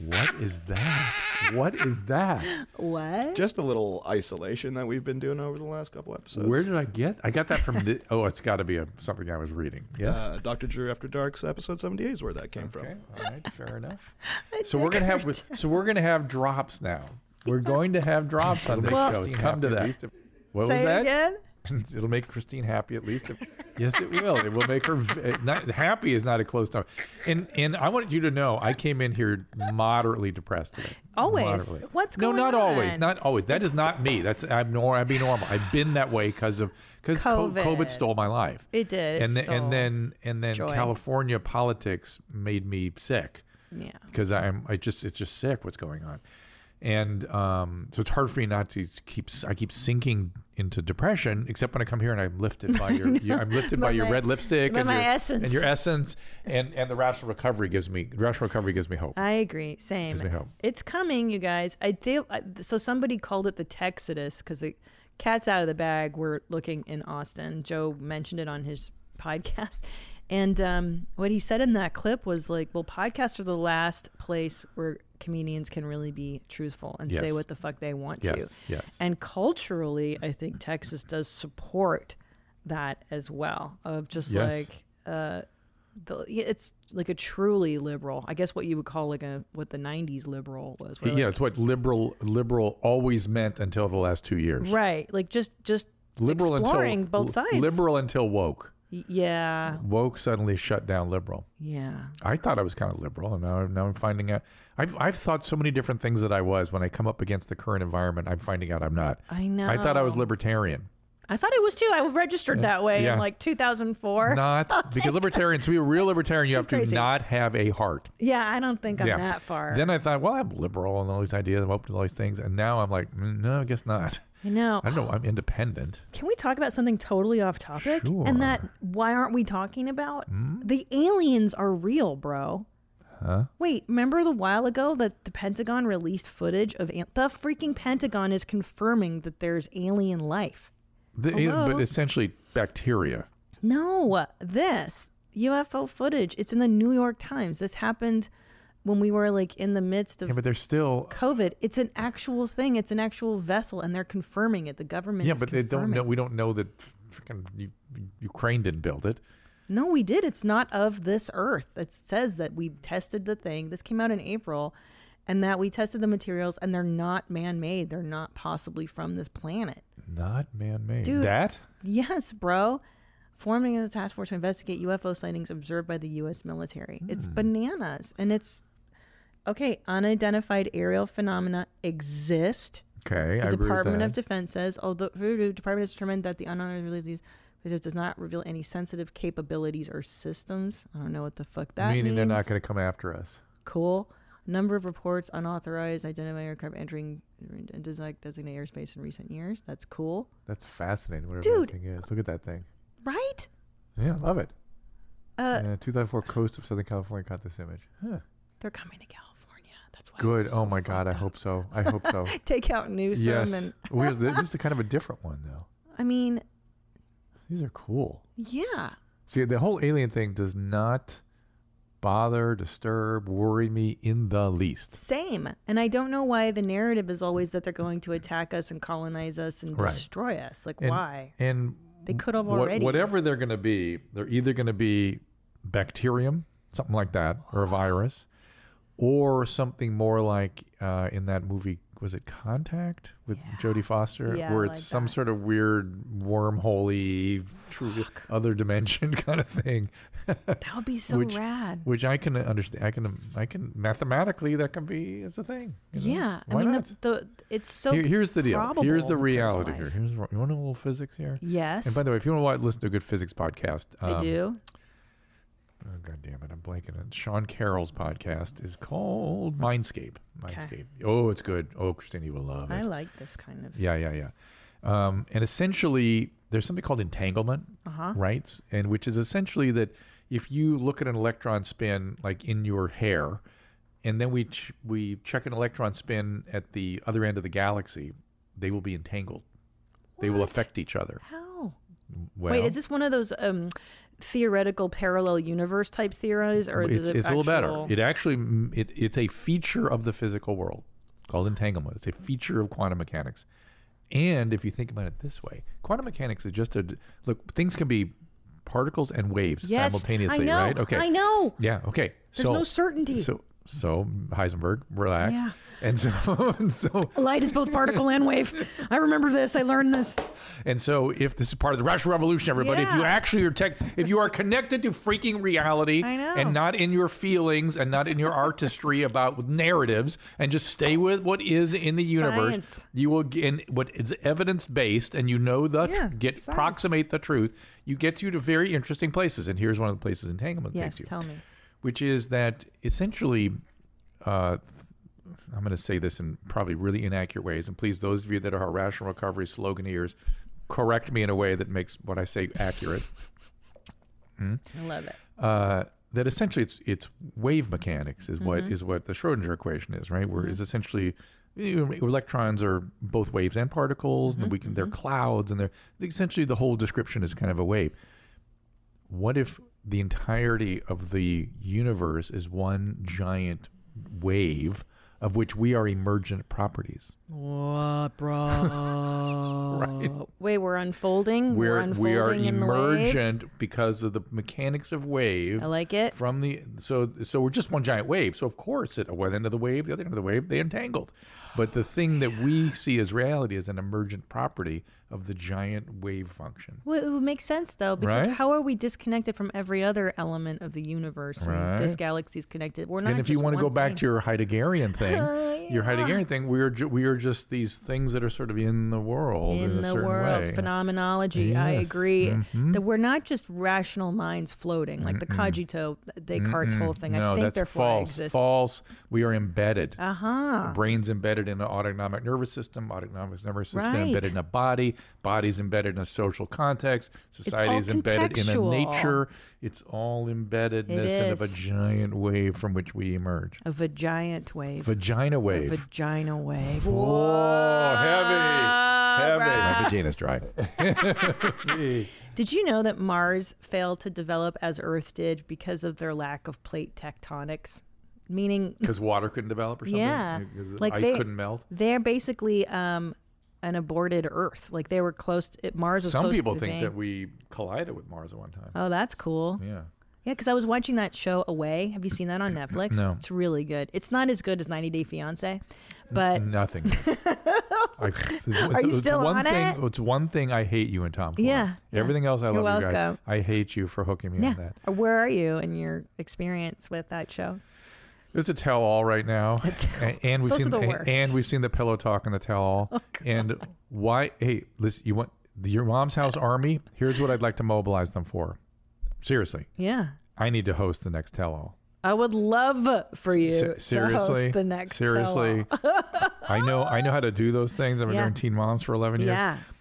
Speaker 2: what is that? What is that?
Speaker 1: what?
Speaker 4: Just a little isolation that we've been doing over the last couple episodes.
Speaker 2: Where did I get? I got that from. The, oh, it's got to be a, something I was reading. Yes.
Speaker 4: uh, Dr. Drew After Dark's episode 78 is where that came
Speaker 2: Okay.
Speaker 4: from.
Speaker 2: All right. Fair enough. so we're gonna have so we're gonna have drops now. We're going to have drops on this
Speaker 1: Well-
Speaker 2: show. It's come to that. What was
Speaker 1: Say it
Speaker 2: that?
Speaker 1: again.
Speaker 2: It'll make Christine happy at least. If, yes, it will. It will make her v- not, happy. Is not a close term. And and I want you to know, I came in here moderately depressed today.
Speaker 1: Always.
Speaker 2: Moderately.
Speaker 1: What's
Speaker 2: no,
Speaker 1: going
Speaker 2: not always.
Speaker 1: on?
Speaker 2: Not always. That is not me. That's I'm nor I'd be normal. I've been that way because of because COVID.
Speaker 1: COVID.
Speaker 2: COVID stole my life.
Speaker 1: It did. It
Speaker 2: And the-
Speaker 1: stole
Speaker 2: and then and then
Speaker 1: joy.
Speaker 2: California politics made me sick
Speaker 1: Yeah.
Speaker 2: because I'm I just it's just sick what's going on, and um, so it's hard for me not to keep I keep sinking into depression except when I come here and I'm lifted by your, your- I'm lifted by,
Speaker 1: By
Speaker 2: your
Speaker 1: my-
Speaker 2: red lipstick
Speaker 1: by
Speaker 2: and
Speaker 1: my
Speaker 2: your
Speaker 1: essence.
Speaker 2: and your essence and and the rational recovery gives me the rational recovery gives me hope.
Speaker 1: I agree. Same.
Speaker 2: me hope.
Speaker 1: It's coming, you guys. I think I- so. Somebody called it the Texodus because the cat's out of the bag. We're looking in Austin. Joe mentioned it on his podcast, and um, what he said in that clip was like, "Well, podcasts are the last place where comedians can really be truthful and say
Speaker 2: Yes.
Speaker 1: what the fuck they want to.
Speaker 2: Yes, yes.
Speaker 1: And culturally, I think Texas does support that as well of just
Speaker 2: Yes.
Speaker 1: like uh the, yeah, it's like a truly liberal. I guess what you would call like a what the '90s liberal was. where,
Speaker 2: yeah,
Speaker 1: like-
Speaker 2: it's what liberal liberal always meant until the last two years.
Speaker 1: right. Like just just
Speaker 2: Liberal
Speaker 1: exploring
Speaker 2: until
Speaker 1: both sides.
Speaker 2: Liberal until woke.
Speaker 1: Y- Yeah,
Speaker 2: Woke suddenly shut down liberal.
Speaker 1: yeah.
Speaker 2: I thought I was kind of liberal, and now, now I'm finding out. I've, I've thought so many different things that I was. When I come up against the current environment, I'm finding out I'm not.
Speaker 1: I know.
Speaker 2: I thought I was libertarian.
Speaker 1: I thought it was too. I registered that way
Speaker 2: yeah.
Speaker 1: in like 2004.
Speaker 2: Not because libertarians, to be a real libertarian, you
Speaker 1: too
Speaker 2: have to
Speaker 1: crazy.
Speaker 2: not have a heart.
Speaker 1: Yeah, I don't think I'm that far.
Speaker 2: Then I thought, well, I'm liberal and all these ideas. I'm open to all these things. And now I'm like, mm, no, I guess not.
Speaker 1: I know.
Speaker 2: I don't know. I'm independent.
Speaker 1: Can we talk about something totally off topic?
Speaker 2: Sure. Hmm?
Speaker 1: And that why aren't we talking about? The aliens are real, bro. Huh? Wait, remember the while ago that the Pentagon released footage of an- the freaking Pentagon is confirming that there's alien life.
Speaker 2: The-
Speaker 1: Hello?
Speaker 2: but essentially, bacteria.
Speaker 1: No, this UFO footage. It's in the New York Times. This happened when we were like in the midst of
Speaker 2: Yeah, but they're still.
Speaker 1: COVID. It's an actual thing. It's an actual vessel, and they're confirming it. The government.
Speaker 2: Yeah,
Speaker 1: is
Speaker 2: but they don't know.
Speaker 1: confirming.
Speaker 2: We don't know that freaking U- Ukraine didn't build it.
Speaker 1: No, we did. It's not of this earth. It says that we tested the thing. This came out in April, and that we tested the materials, and they're not man-made. They're not possibly from this planet.
Speaker 2: Not man made.
Speaker 1: Dude.
Speaker 2: That?
Speaker 1: Yes, bro. Forming a task force to investigate UFO sightings observed by the U.S. military. It's
Speaker 2: Hmm.
Speaker 1: bananas, and it's okay. Unidentified aerial phenomena exist.
Speaker 2: Okay. I agree
Speaker 1: The
Speaker 2: with
Speaker 1: Department of
Speaker 2: that.
Speaker 1: Defense says, although the department has determined that the unknown release does not reveal any sensitive capabilities or systems. I don't know what the fuck that
Speaker 2: Meaning
Speaker 1: means.
Speaker 2: they're not going to come after us.
Speaker 1: Cool. Number of reports unauthorized identify aircraft entering and design designate airspace in recent years. That's cool,
Speaker 2: That's fascinating. Whatever
Speaker 1: Dude.
Speaker 2: that thing is. Look at that thing.
Speaker 1: right?
Speaker 2: Yeah, I love it.
Speaker 1: Uh,
Speaker 2: yeah, 2004 coast of Southern California caught this image. Huh.
Speaker 1: They're coming to California. That's why.
Speaker 2: Good.
Speaker 1: we're so
Speaker 2: oh my God. I
Speaker 1: fucked
Speaker 2: hope
Speaker 1: up.
Speaker 2: so. I hope so.
Speaker 1: Take out Newsom
Speaker 2: yes.
Speaker 1: and
Speaker 2: Weird. This this is kind of a different one though.
Speaker 1: I mean,
Speaker 2: These are cool.
Speaker 1: yeah.
Speaker 2: See, the whole alien thing does not bother, disturb, worry me in the least.
Speaker 1: Same. And I don't know why the narrative is always that they're going to attack us and colonize us and
Speaker 2: Right.
Speaker 1: destroy us. Like,
Speaker 2: And,
Speaker 1: why?
Speaker 2: And
Speaker 1: They could have
Speaker 2: wha-
Speaker 1: already.
Speaker 2: whatever they're going to be, they're either going to be bacterium, something like that, or a virus, or something more like uh, in that movie. Was it Contact with Jodie Foster,
Speaker 1: Yeah,
Speaker 2: where
Speaker 1: like
Speaker 2: it's some
Speaker 1: that.
Speaker 2: sort of weird wormholey, true other dimension kind of thing?
Speaker 1: That would be so
Speaker 2: which-
Speaker 1: rad.
Speaker 2: Which I can understand. I can. I can mathematically that can be is a thing. you know?
Speaker 1: Yeah.
Speaker 2: Why
Speaker 1: I mean,
Speaker 2: not?
Speaker 1: The, the, it's so.
Speaker 2: Here- here's the deal. Here's
Speaker 1: probable
Speaker 2: the
Speaker 1: that there's
Speaker 2: reality here.
Speaker 1: life.
Speaker 2: Here's you want to know a little physics here.
Speaker 1: Yes.
Speaker 2: And by the way, if you want to watch, listen to a good physics podcast,
Speaker 1: I
Speaker 2: um,
Speaker 1: do.
Speaker 2: Oh, God damn it, I'm blanking. It. Sean Carroll's podcast is called Mindscape. Mindscape. Oh, it's good. Oh, Christine, you will love it.
Speaker 1: I like this kind of.
Speaker 2: Yeah, yeah, yeah. Um, and essentially, there's something called entanglement,
Speaker 1: Uh-huh.
Speaker 2: right? S- And which is essentially that if you look at an electron spin like in your hair, and then we ch- we check an electron spin at the other end of the galaxy, they will be entangled. They will
Speaker 1: What?
Speaker 2: affect each other.
Speaker 1: How?
Speaker 2: Well,
Speaker 1: Wait, is this one of those um, theoretical parallel universe type theories, or
Speaker 2: it's,
Speaker 1: is it
Speaker 2: it's a little better.
Speaker 1: actual-
Speaker 2: It actually mm, it, it's a feature of the physical world called entanglement. It's a feature of quantum mechanics. And if you think about it this way, quantum mechanics is just a d- look. Things can be particles and waves
Speaker 1: Yes,
Speaker 2: simultaneously,
Speaker 1: I know,
Speaker 2: right? Okay.
Speaker 1: I know.
Speaker 2: Yeah. Okay.
Speaker 1: There's
Speaker 2: so
Speaker 1: no certainty.
Speaker 2: So so Heisenberg, relax.
Speaker 1: Yeah. Oh,
Speaker 2: And so and so
Speaker 1: Light is both particle and wave. I remember this. I learned this.
Speaker 2: and so if this is part of the Russian Revolution, everybody, if you
Speaker 1: Yeah.
Speaker 2: actually are tech, if you are connected to freaking reality
Speaker 1: I know.
Speaker 2: and not in your feelings and not in your artistry about narratives and just stay with what is in the universe,
Speaker 1: Science.
Speaker 2: you will get in what is evidence based and you know the tr-
Speaker 1: Yeah,
Speaker 2: get
Speaker 1: science.
Speaker 2: approximate the truth. You get you to very interesting places. And here's one of the places entanglement
Speaker 1: Yes,
Speaker 2: takes you
Speaker 1: tell me.
Speaker 2: which is that essentially, uh, I'm going to say this in probably really inaccurate ways, and please, those of you that are rational recovery sloganeers, correct me in a way that makes what I say accurate.
Speaker 1: I love it.
Speaker 2: uh, that essentially, it's it's wave mechanics is what
Speaker 1: Mm-hmm.
Speaker 2: is what the Schrodinger equation is, right? Where it's essentially you know, electrons are both waves and particles,
Speaker 1: Mm-hmm.
Speaker 2: and we can they're clouds, and they're essentially the whole description is kind of a wave what if the entirety of the universe is one giant wave of which we are emergent properties.
Speaker 1: What, bro? Wait, we're unfolding. We're,
Speaker 2: We're,
Speaker 1: unfolding
Speaker 2: we are
Speaker 1: in the wave.
Speaker 2: emergent because of the mechanics of wave.
Speaker 1: I like it.
Speaker 2: from the so so we're just one giant wave. So of course, at one end of the wave, the other end of the wave, they entangled. But the thing that we see as reality is an emergent property of the giant wave function.
Speaker 1: Well, it would make sense though, because
Speaker 2: Right?
Speaker 1: how are we disconnected from every other element of the universe? And This
Speaker 2: Right.
Speaker 1: galaxy's connected. We're not.
Speaker 2: and if you
Speaker 1: want
Speaker 2: want to go back to your Heideggerian thing, your Heideggerian thing, we are ju- we are just these things that are sort of in the world in,
Speaker 1: in
Speaker 2: a
Speaker 1: the
Speaker 2: certain
Speaker 1: world,
Speaker 2: way.
Speaker 1: phenomenology, I
Speaker 2: Yes. Mm-hmm.
Speaker 1: agree that we're not just rational minds floating, like the cogito Descartes' whole thing.
Speaker 2: no,
Speaker 1: I think
Speaker 2: that's
Speaker 1: therefore I
Speaker 2: false.
Speaker 1: exist.
Speaker 2: False. We are embedded.
Speaker 1: Uh huh.
Speaker 2: brain's embedded in an autonomic nervous system, autonomic nervous system
Speaker 1: Right.
Speaker 2: embedded in a body, body's embedded in a social context, society
Speaker 1: all
Speaker 2: is embedded in a
Speaker 1: contextual.
Speaker 2: nature. It's all embeddedness and of a
Speaker 1: is.
Speaker 2: giant wave from which we emerge.
Speaker 1: Of a giant wave.
Speaker 2: Vagina wave.
Speaker 1: Vagina wave.
Speaker 2: Whoa, heavy, heavy. My vagina's dry.
Speaker 1: Did you know that Mars failed to develop as Earth did because of their lack of plate tectonics? Meaning,
Speaker 2: Because water couldn't develop or something.
Speaker 1: yeah,
Speaker 2: 'Cause the ice
Speaker 1: they-
Speaker 2: couldn't melt.
Speaker 1: They're basically um, an aborted Earth. Like they were close. To, it, Mars was.
Speaker 2: Some
Speaker 1: close
Speaker 2: people
Speaker 1: to
Speaker 2: think
Speaker 1: being-
Speaker 2: that we collided with Mars at one time.
Speaker 1: Oh, that's cool.
Speaker 2: yeah.
Speaker 1: Yeah, because I was watching that show Away. Have you seen that on Netflix?
Speaker 2: No. Mm,
Speaker 1: It's really good. It's not as good as 90 Day Fiance, but
Speaker 2: Nothing. I,
Speaker 1: Are you still
Speaker 2: one
Speaker 1: on
Speaker 2: thing,
Speaker 1: it?
Speaker 2: It's one thing I hate you and Tom. For.
Speaker 1: Yeah, yeah.
Speaker 2: Everything else I
Speaker 1: You're
Speaker 2: love you guys.
Speaker 1: welcome.
Speaker 2: I hate you for hooking me on
Speaker 1: yeah.
Speaker 2: that.
Speaker 1: Where are you in your experience with that show?
Speaker 2: There's a tell-all right now, and, and we've
Speaker 1: Those are
Speaker 2: seen
Speaker 1: the
Speaker 2: and-
Speaker 1: worst. Oh,
Speaker 2: and we've seen the pillow talk and the tell-all. and why? Hey, listen, you want your mom's house army? Here's what I'd like to mobilize them for. Seriously,
Speaker 1: Yeah.
Speaker 2: I need to host the next tell-all.
Speaker 1: I would love for you
Speaker 2: Se-
Speaker 1: to
Speaker 2: seriously,
Speaker 1: host the next
Speaker 2: seriously, I know I know how to do those things. I've been
Speaker 1: Yeah.
Speaker 2: doing Teen Moms for 11
Speaker 1: tell-all.
Speaker 2: years.
Speaker 1: Yeah.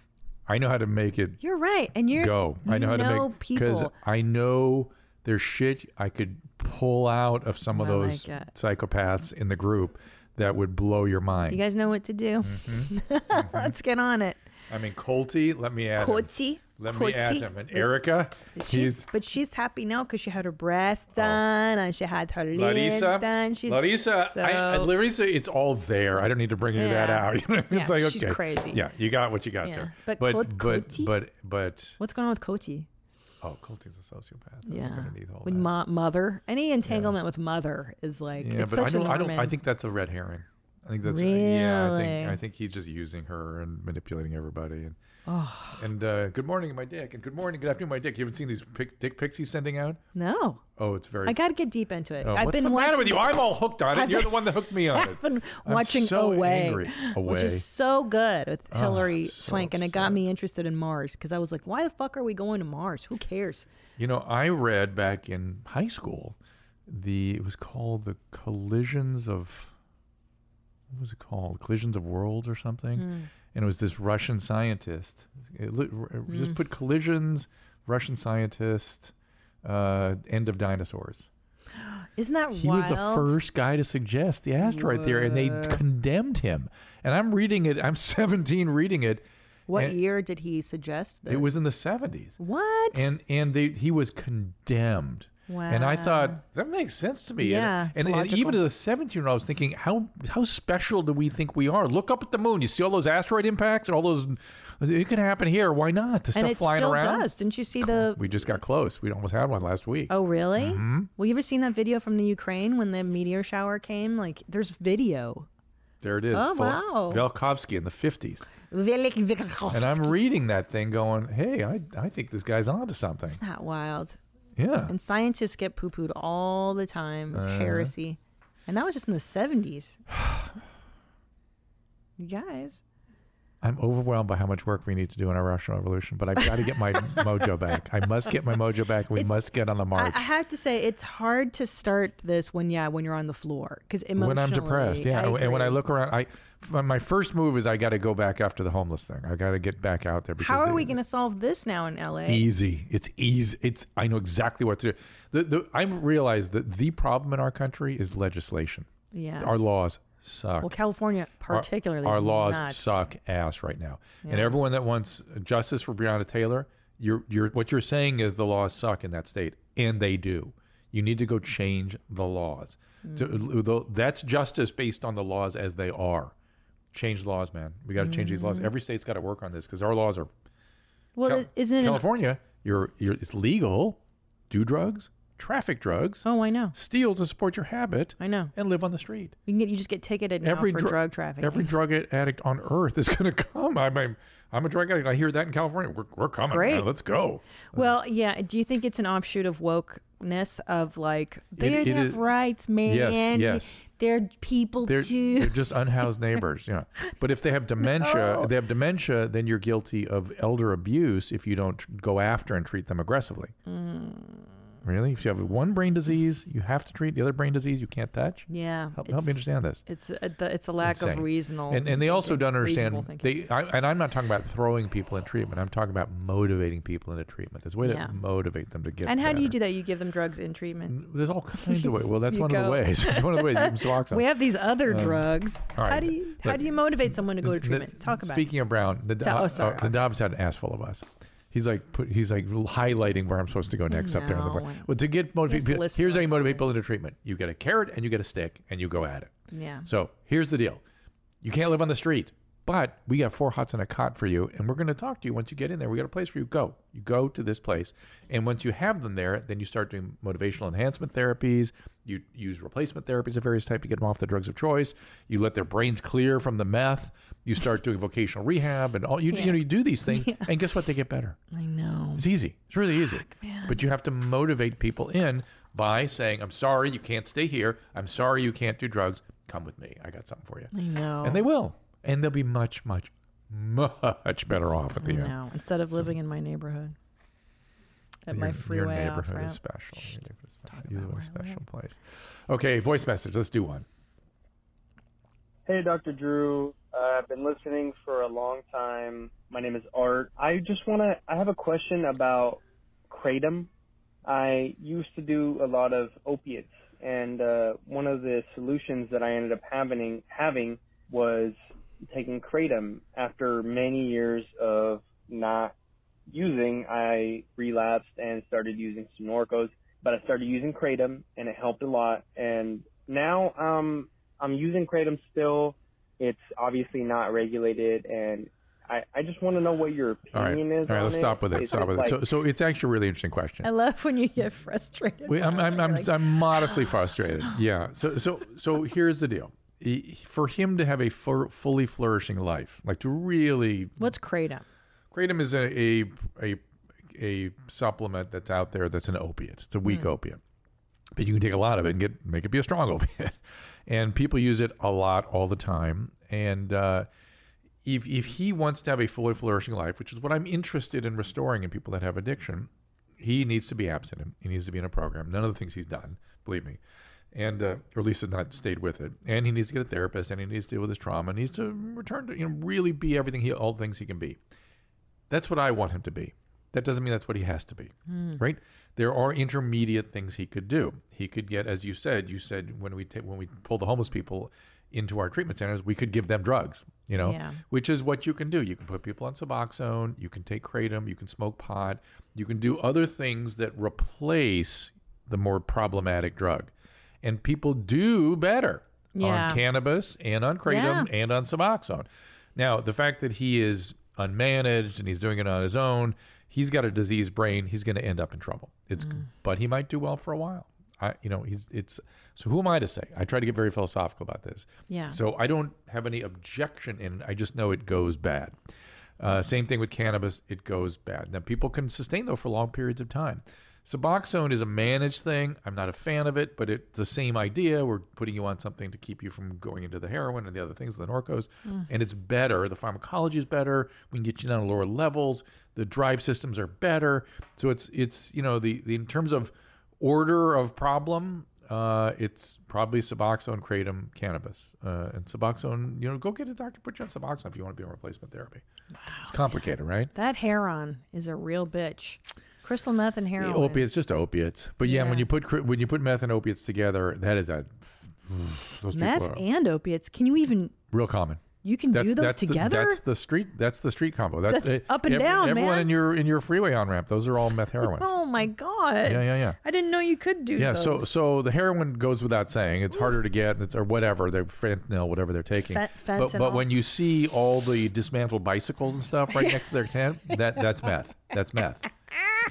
Speaker 2: I know how to make it
Speaker 1: You're right. And you're
Speaker 2: go. I know how
Speaker 1: you
Speaker 2: to make
Speaker 1: people.
Speaker 2: I know there's shit I could pull out of some of
Speaker 1: I like
Speaker 2: those
Speaker 1: it.
Speaker 2: psychopaths in the group that would blow your mind.
Speaker 1: You guys know what to do.
Speaker 2: Mm-hmm.
Speaker 1: Let's get on it.
Speaker 2: I mean, Colty, let me add him.
Speaker 1: Coetzee.
Speaker 2: Let me add
Speaker 1: Coetzee.
Speaker 2: him. And Erica,
Speaker 1: She's,
Speaker 2: he's Oh.
Speaker 1: but she's happy now because she had her breast done and she had her lips
Speaker 2: Larissa.
Speaker 1: done. She's
Speaker 2: Larissa,
Speaker 1: so...
Speaker 2: I, I, Larissa, it's all there. I don't need to bring you that
Speaker 1: Yeah.
Speaker 2: out. You know, it's
Speaker 1: Yeah,
Speaker 2: like
Speaker 1: she's
Speaker 2: okay,
Speaker 1: crazy.
Speaker 2: Yeah, you got what you got
Speaker 1: Yeah.
Speaker 2: there.
Speaker 1: But
Speaker 2: but
Speaker 1: Colt-
Speaker 2: but,
Speaker 1: Coty?
Speaker 2: but but
Speaker 1: What's going on with Coty?
Speaker 2: oh, Colty's a sociopath.
Speaker 1: Yeah,
Speaker 2: I'm gonna need all
Speaker 1: with
Speaker 2: that.
Speaker 1: mo- mother, any entanglement with mother is like
Speaker 2: Yeah,
Speaker 1: it's
Speaker 2: but
Speaker 1: such
Speaker 2: I don't.
Speaker 1: a
Speaker 2: I don't. I
Speaker 1: Norman.
Speaker 2: think that's a red herring. I think that's. Yeah, I think. I
Speaker 1: Really?
Speaker 2: think he's just using her and manipulating everybody. And and uh, good morning, my dick. And good morning, good afternoon, my dick. You haven't seen these pic- dick pics he's sending out?
Speaker 1: no.
Speaker 2: Oh, it's very.
Speaker 1: I got to get deep into it.
Speaker 2: Oh,
Speaker 1: I've
Speaker 2: what's
Speaker 1: been
Speaker 2: the
Speaker 1: watching,
Speaker 2: matter with you? I'm all hooked on it.
Speaker 1: I've
Speaker 2: You're the
Speaker 1: been-
Speaker 2: one that hooked me on it.
Speaker 1: I've been
Speaker 2: I'm
Speaker 1: watching
Speaker 2: so
Speaker 1: Away,
Speaker 2: angry. Away.
Speaker 1: which
Speaker 2: Ah,
Speaker 1: is so good with Hillary
Speaker 2: so
Speaker 1: Swank, and it got me interested in Mars because I was like, why the fuck are we going to Mars? Who cares?
Speaker 2: You know, I read back in high school the it was called the collisions of what was it called? Collisions of worlds or something. And it was this Russian scientist. It, li- r- just put collisions, Russian scientist, uh, end of dinosaurs.
Speaker 1: Isn't that
Speaker 2: He
Speaker 1: wild?
Speaker 2: was the first guy to suggest the asteroid theory, and they condemned him. And I'm reading it. I'm 17 reading it.
Speaker 1: What
Speaker 2: and-
Speaker 1: year did he suggest this?
Speaker 2: It was in the 70s
Speaker 1: what?
Speaker 2: and and they, he was condemned. And I thought that makes sense to me. And-
Speaker 1: Yeah, it's
Speaker 2: and, and,
Speaker 1: logical.
Speaker 2: even as a seventeen-year-old, I was thinking, how how special do we think we are? Look up at the moon. You see all those asteroid impacts and all those. It can happen here. Why not? The stuff
Speaker 1: and it
Speaker 2: flying
Speaker 1: still
Speaker 2: around.
Speaker 1: does. Didn't you see the?
Speaker 2: We just got close. We almost had one last week.
Speaker 1: Oh, really?
Speaker 2: Mm-hmm.
Speaker 1: Well, you ever seen that video from the Ukraine when the meteor shower came? Like, there's video.
Speaker 2: There it is.
Speaker 1: Oh,
Speaker 2: Vol-
Speaker 1: wow.
Speaker 2: Velkovsky in the fifties,
Speaker 1: Velik
Speaker 2: and I'm reading that thing, going, "Hey, I I think this guy's onto something."
Speaker 1: Not wild.
Speaker 2: Yeah. Uh-huh.
Speaker 1: And scientists get poo pooed all the time. It's heresy. And that was just in the 70s. you guys.
Speaker 2: I'm overwhelmed by how much work we need to do in our Russian Revolution, but I've got to get my mojo back. I must get my mojo back. We must get on the
Speaker 1: I,
Speaker 2: march.
Speaker 1: I have to say, it's hard to start this when, yeah, when you're on the floor. Because emotionally.
Speaker 2: when I'm depressed, yeah, and when I
Speaker 1: agree.
Speaker 2: look around, I my- my first move is I got to go back after the homeless thing. I got to get back out there. Because
Speaker 1: How are
Speaker 2: they-
Speaker 1: we going to solve this now in LA?
Speaker 2: Easy. It's easy. It's I know exactly what to do. The, the, I realize that the problem in our country is legislation.
Speaker 1: Yes.
Speaker 2: Our laws suck.
Speaker 1: Well, California,
Speaker 2: Our-
Speaker 1: particularly.
Speaker 2: our,
Speaker 1: is
Speaker 2: laws
Speaker 1: nuts.
Speaker 2: suck ass right now. And everyone that wants justice for Breonna Taylor, you're, you're what you're saying is the laws suck in that state, and they do. You need to go change the laws.
Speaker 1: Mm.
Speaker 2: To- though- that's justice based on the laws as they are. Change laws, man. We got to change these laws.
Speaker 1: Mm.
Speaker 2: Every state's got to work on this because our laws are
Speaker 1: Well,
Speaker 2: Cal-
Speaker 1: it- isn't it? an-
Speaker 2: California. You're, you're it's legal. Do drugs, traffic drugs,
Speaker 1: oh, I know.
Speaker 2: steal to support your habit,
Speaker 1: I know.
Speaker 2: and live on the street.
Speaker 1: You can get you just get ticketed now for
Speaker 2: dru-
Speaker 1: drug trafficking.
Speaker 2: Every drug addict on earth is going to come. I'm, I'm, I'm a drug addict. I hear that in California. We're, we're coming.
Speaker 1: Great.
Speaker 2: man. Let's go.
Speaker 1: well, yeah. Do you think it's an offshoot of wokeness of like they
Speaker 2: it
Speaker 1: have
Speaker 2: is-
Speaker 1: rights, man?
Speaker 2: yes.
Speaker 1: They're people
Speaker 2: They're,
Speaker 1: too.
Speaker 2: they're just unhoused neighbors. Yeah. But if they have dementia,
Speaker 1: No.
Speaker 2: they have dementia, then you're guilty of elder abuse if you don't tr- go after and treat them aggressively.
Speaker 1: Mm.
Speaker 2: Really? If you have one brain disease, you have to treat the other brain disease you can't touch?
Speaker 1: yeah.
Speaker 2: Help, help
Speaker 1: it's-
Speaker 2: me understand this.
Speaker 1: It's a, the, it's a lack of
Speaker 2: insane.
Speaker 1: reasonable.
Speaker 2: and, and they also don't
Speaker 1: reasonable
Speaker 2: understand
Speaker 1: thinking.
Speaker 2: they I, and i'm not talking about throwing people in treatment i'm talking about motivating people into treatment there's a way
Speaker 1: Yeah.
Speaker 2: to motivate them to get
Speaker 1: and how do
Speaker 2: better.
Speaker 1: you
Speaker 2: Mm,
Speaker 1: do that? You give them drugs in treatment.
Speaker 2: there's all kinds of ways well that's
Speaker 1: You
Speaker 2: one of
Speaker 1: go-
Speaker 2: the ways it's one of the ways you can suboxone
Speaker 1: We have these other drugs.
Speaker 2: um, all
Speaker 1: How
Speaker 2: right,
Speaker 1: do you how
Speaker 2: look,
Speaker 1: do you motivate someone to go to
Speaker 2: The-
Speaker 1: treatment? Talk about it.
Speaker 2: speaking of brown the, Do-
Speaker 1: Ta- oh, sorry.
Speaker 2: uh, the dobbs had an ass full of us he's like put he's like highlighting where i'm supposed to go next up there on the board
Speaker 1: No.
Speaker 2: well to get motivate
Speaker 1: Just
Speaker 2: people
Speaker 1: list
Speaker 2: here's how you
Speaker 1: those
Speaker 2: motivate people into treatment you get a carrot and you get a stick and you go at it
Speaker 1: Yeah.
Speaker 2: So here's the deal you can't live on the street, but we got four huts and a cot for you. And we're going to talk to you once you get in there. We got a place for you. Go. You go to this place. And once you have them there, then you start doing motivational enhancement therapies. You use replacement therapies of various types to get them off the drugs of choice. You let their brains clear from the meth. You start doing vocational rehab and all. You, you know, you do these things. And guess what? They get better.
Speaker 1: I know.
Speaker 2: It's easy. It's really easy. But you have to motivate people in by saying, I'm sorry you can't stay here. I'm sorry you can't do drugs. Come with me. I got something for you.
Speaker 1: I know.
Speaker 2: And they will. And they'll be much, much, much better off at the
Speaker 1: I
Speaker 2: end.
Speaker 1: know. Instead of living in my neighborhood, at my
Speaker 2: Your- your
Speaker 1: freeway off
Speaker 2: neighborhood
Speaker 1: ramp.
Speaker 2: is special. Your neighborhood is special. You live in a special place. Okay, voice message. Let's do one.
Speaker 5: Hey, Dr. Drew. Uh, I've been listening for a long time. My name is Art. I just want to, I have a question about kratom. I used to do a lot of opiates, and uh, one of the solutions that I ended up having, having was taking kratom. After many years of not using, I relapsed and started using some Norcos, but I started using kratom, and it helped a lot. And now um, I'm using kratom still. It's obviously not regulated, and I, I just want to know what your
Speaker 2: All right.
Speaker 5: opinion is.
Speaker 2: All right,
Speaker 5: on
Speaker 2: let's stop with it.
Speaker 5: Is
Speaker 2: Stop with
Speaker 5: like-
Speaker 2: it. So, so it's actually a really interesting question.
Speaker 1: I love when you get frustrated.
Speaker 2: Wait, I'm,
Speaker 1: by it.
Speaker 2: I'm,
Speaker 1: You're
Speaker 2: I'm,
Speaker 1: like,
Speaker 2: I'm modestly frustrated. Yeah. So, so, so here's the deal. E- For him to have a fu- fully flourishing life, like to really,
Speaker 1: What's kratom?
Speaker 2: kratom is a a a, a supplement that's out there that's an opiate. It's a weak opiate, but you can take a lot of it and get make it be a strong opiate. And people use it a lot all the time. And uh, if if he wants to have a fully flourishing life, which is what I'm interested in restoring in people that have addiction, he needs to be abstinent. He needs to be in a program. None of the things he's done, believe me, and uh, or at least has not stayed with it. And he needs to get a therapist. And he needs to deal with his trauma. And he needs to return to you know really be everything he all things he can be. That's what I want him to be. That doesn't mean that's what he has to be,
Speaker 1: Hmm.
Speaker 2: right? There are intermediate things he could do. He could get, as you said, you said when we take when we pull the homeless people into our treatment centers, we could give them drugs, you know,
Speaker 1: Yeah.
Speaker 2: which is what you can do. You can put people on Suboxone, you can take kratom, you can smoke pot, you can do other things that replace the more problematic drug, and people do better
Speaker 1: Yeah.
Speaker 2: on cannabis and on kratom and on Suboxone. Now, the fact that he is unmanaged and he's doing it on his own, he's got a diseased brain. He's going to end up in trouble. It's, but he might do well for a while. I, you know, he's it's. So who am I to say? I try to get very philosophical about this.
Speaker 1: Yeah.
Speaker 2: So I don't have any objection in. it. I just know it goes bad. Uh, same thing with cannabis; it goes bad. Now people can sustain though for long periods of time. Suboxone is a managed thing. I'm not a fan of it, but it's the same idea. We're putting you on something to keep you from going into the heroin and the other things, the narcos, and it's better. The pharmacology is better. We can get you down to lower levels. The drive systems are better. So it's it's you know the, the in terms of order of problem, uh, it's probably Suboxone, Kratom, cannabis, uh, and Suboxone. You know, go get a doctor, put you on Suboxone if you want to be on replacement therapy. It's complicated, right?
Speaker 1: That heron is a real bitch. Crystal meth and heroin.
Speaker 2: Opiates, just opiates. But yeah,
Speaker 1: Yeah.
Speaker 2: when you put cr- when you put meth and opiates together, that is a those people
Speaker 1: Meth
Speaker 2: are
Speaker 1: and opiates. Can you even?
Speaker 2: real common.
Speaker 1: You can do those
Speaker 2: that's
Speaker 1: together.
Speaker 2: The, that's the street. That's the street combo. That's,
Speaker 1: That's
Speaker 2: uh,
Speaker 1: up and
Speaker 2: ev-
Speaker 1: down,
Speaker 2: Everyone
Speaker 1: man.
Speaker 2: in your in your freeway on ramp. Those are all meth heroines.
Speaker 1: oh my god.
Speaker 2: Yeah, yeah, yeah.
Speaker 1: I didn't know you could do
Speaker 2: Yeah,
Speaker 1: those.
Speaker 2: so so the heroin goes without saying. It's harder to get, it's, or whatever they're fentanyl, whatever they're taking.
Speaker 1: Fent-
Speaker 2: But,
Speaker 1: fentanyl.
Speaker 2: but when you see all the dismantled bicycles and stuff right next to their tent, that that's meth. That's meth.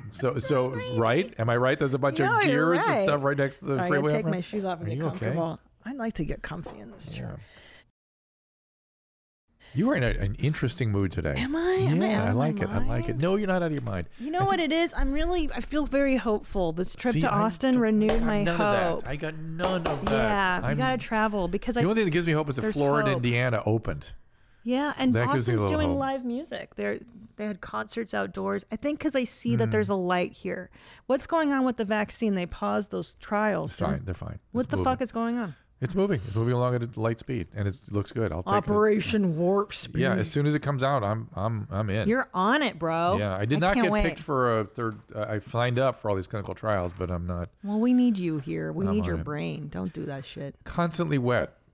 Speaker 2: So so right? Am I right? There's a bunch
Speaker 1: No,
Speaker 2: of
Speaker 1: you're
Speaker 2: gears
Speaker 1: right.
Speaker 2: and stuff right next to the
Speaker 1: Sorry, I
Speaker 2: freeway.
Speaker 1: gotta
Speaker 2: up
Speaker 1: take my
Speaker 2: front.
Speaker 1: shoes off and
Speaker 2: Are
Speaker 1: get
Speaker 2: you okay?
Speaker 1: comfortable. I'd like to get comfy in this chair.
Speaker 2: You are in a, an interesting mood today.
Speaker 1: Am I?
Speaker 2: Yeah,
Speaker 1: Am I out of my
Speaker 2: like it. I like it.
Speaker 1: mind?
Speaker 2: No, you're not out of your mind.
Speaker 1: You know what it is? I'm really I feel very hopeful. This trip
Speaker 2: See,
Speaker 1: to
Speaker 2: I
Speaker 1: Austin
Speaker 2: don't-
Speaker 1: renewed
Speaker 2: I'm
Speaker 1: my
Speaker 2: none
Speaker 1: hope.
Speaker 2: Of that. I got none of that.
Speaker 1: yeah, we
Speaker 2: I'm-
Speaker 1: gotta travel because I
Speaker 2: The only thing that gives me hope is that
Speaker 1: there's
Speaker 2: Florida,
Speaker 1: hope.
Speaker 2: Indiana opened.
Speaker 1: Yeah, and
Speaker 2: That gives me a
Speaker 1: Austin's
Speaker 2: little
Speaker 1: doing
Speaker 2: hope.
Speaker 1: live music. They they had concerts outdoors. I think because I see that
Speaker 2: Hmm.
Speaker 1: there's a light here. What's going on with the vaccine? They paused those trials.
Speaker 2: It's
Speaker 1: didn't-
Speaker 2: fine. They're fine.
Speaker 1: What
Speaker 2: It's
Speaker 1: the
Speaker 2: moving.
Speaker 1: fuck is going on?
Speaker 2: It's moving. It's moving along at a light speed, and it's- it looks good. I'll take
Speaker 1: Operation Warp
Speaker 2: it.
Speaker 1: Speed.
Speaker 2: Yeah, as soon as it comes out, I'm I'm I'm in.
Speaker 1: You're on it, bro.
Speaker 2: yeah, I did not
Speaker 1: can't
Speaker 2: get
Speaker 1: wait.
Speaker 2: picked for a third. Uh, I signed up for all these clinical trials, but I'm not
Speaker 1: Well, we need you here. We
Speaker 2: I'm
Speaker 1: need your
Speaker 2: on it.
Speaker 1: brain. Don't do that shit.
Speaker 2: constantly wet.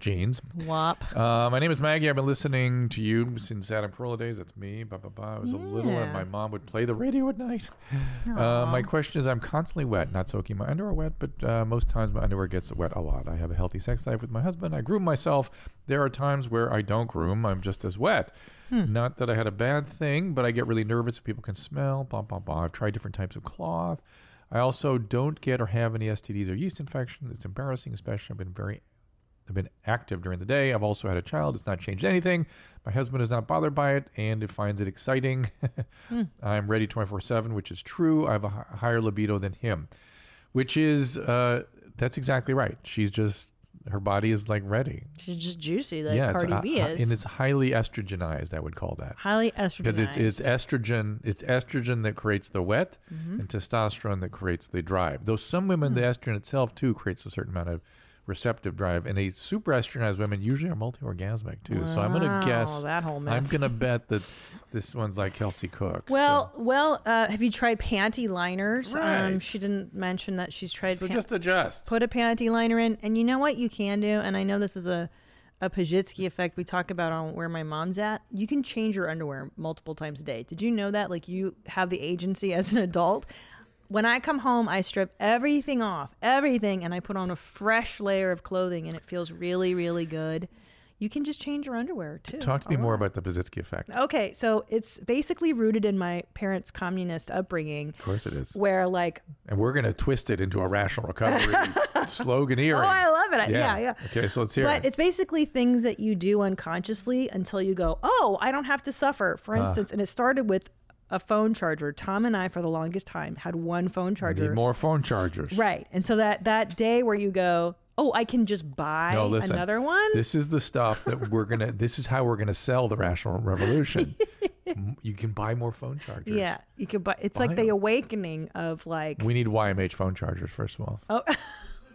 Speaker 2: Jeans.
Speaker 1: Wop.
Speaker 2: Uh, my name is Maggie. I've been listening to you since Adam Carolla days. That's me. Ba ba ba. I was a little,
Speaker 1: Yeah.
Speaker 2: and my mom would play the radio at night. Uh, my question is: I'm constantly wet, not soaking my underwear wet, but uh, most times my underwear gets wet a lot. I have a healthy sex life with my husband. I groom myself. There are times where I don't groom. I'm just as wet. Not that I had a bad thing, but I get really nervous if people can smell. Blah blah blah. I've tried different types of cloth. I also don't get or have any STDs or yeast infection. It's embarrassing, especially I've been very I've been active during the day. I've also had a child. It's not changed anything. My husband is not bothered by it and it finds it exciting.
Speaker 1: Hmm.
Speaker 2: I'm ready 24 7, which is true. I have a hi- higher libido than him, which is, uh, that's exactly right. She's just, her body is like ready.
Speaker 1: She's just juicy like
Speaker 2: yeah.
Speaker 1: Cardi
Speaker 2: it's, uh,
Speaker 1: B
Speaker 2: hi-
Speaker 1: is.
Speaker 2: And it's highly estrogenized, I would call that.
Speaker 1: highly estrogenized.
Speaker 2: Because it's, it's estrogen, it's estrogen that creates the wet
Speaker 1: Mm-hmm.
Speaker 2: and testosterone that creates the drive. Though some women,
Speaker 1: Hmm.
Speaker 2: the estrogen itself too creates a certain amount of receptive drive. And a super estrogenized women usually are multi orgasmic too. So I'm gonna guess
Speaker 1: that whole
Speaker 2: I'm
Speaker 1: mess.
Speaker 2: gonna bet that this one's like Kelsey Cook.
Speaker 1: Well, well, uh, have you tried panty liners? Um,
Speaker 2: Right.
Speaker 1: she didn't mention that she's
Speaker 2: so,
Speaker 1: tried.
Speaker 2: so
Speaker 1: pan-
Speaker 2: just adjust.
Speaker 1: put a panty liner in, and you know what you can do. And I know this is a a Pajitsky effect we talk about on where my mom's at. You can change your underwear multiple times a day. Did you know that? Like you have the agency as an adult. When I come home, I strip everything off, everything, and I put on a fresh layer of clothing, and it feels really, really good. You can just change your underwear too.
Speaker 2: Talk to me
Speaker 1: a
Speaker 2: more
Speaker 1: lot.
Speaker 2: about the Bazitsky effect.
Speaker 1: Okay, so it's basically rooted in my parents' communist upbringing,
Speaker 2: Of course it is.
Speaker 1: where like,
Speaker 2: And we're gonna twist it into a rational recovery sloganeering.
Speaker 1: oh, I love it. I-
Speaker 2: Yeah.
Speaker 1: Yeah, yeah.
Speaker 2: Okay, so let's hear
Speaker 1: But
Speaker 2: it.
Speaker 1: it's basically things that you do unconsciously until you go, oh, I don't have to suffer.
Speaker 2: Ah.
Speaker 1: For instance, and it started with a phone charger. Tom and I, for the longest time, had one phone charger.
Speaker 2: Need more phone chargers.
Speaker 1: Right, and so that that day where you go, oh, I can just buy
Speaker 2: no, listen,
Speaker 1: another one.
Speaker 2: This is the stuff that we're gonna. this is how we're gonna sell the rational revolution. M- you can buy more phone chargers.
Speaker 1: yeah, you can buy. It's like
Speaker 2: Buy
Speaker 1: the
Speaker 2: 'em.
Speaker 1: awakening of like
Speaker 2: We need YMH phone chargers first of all.
Speaker 1: oh,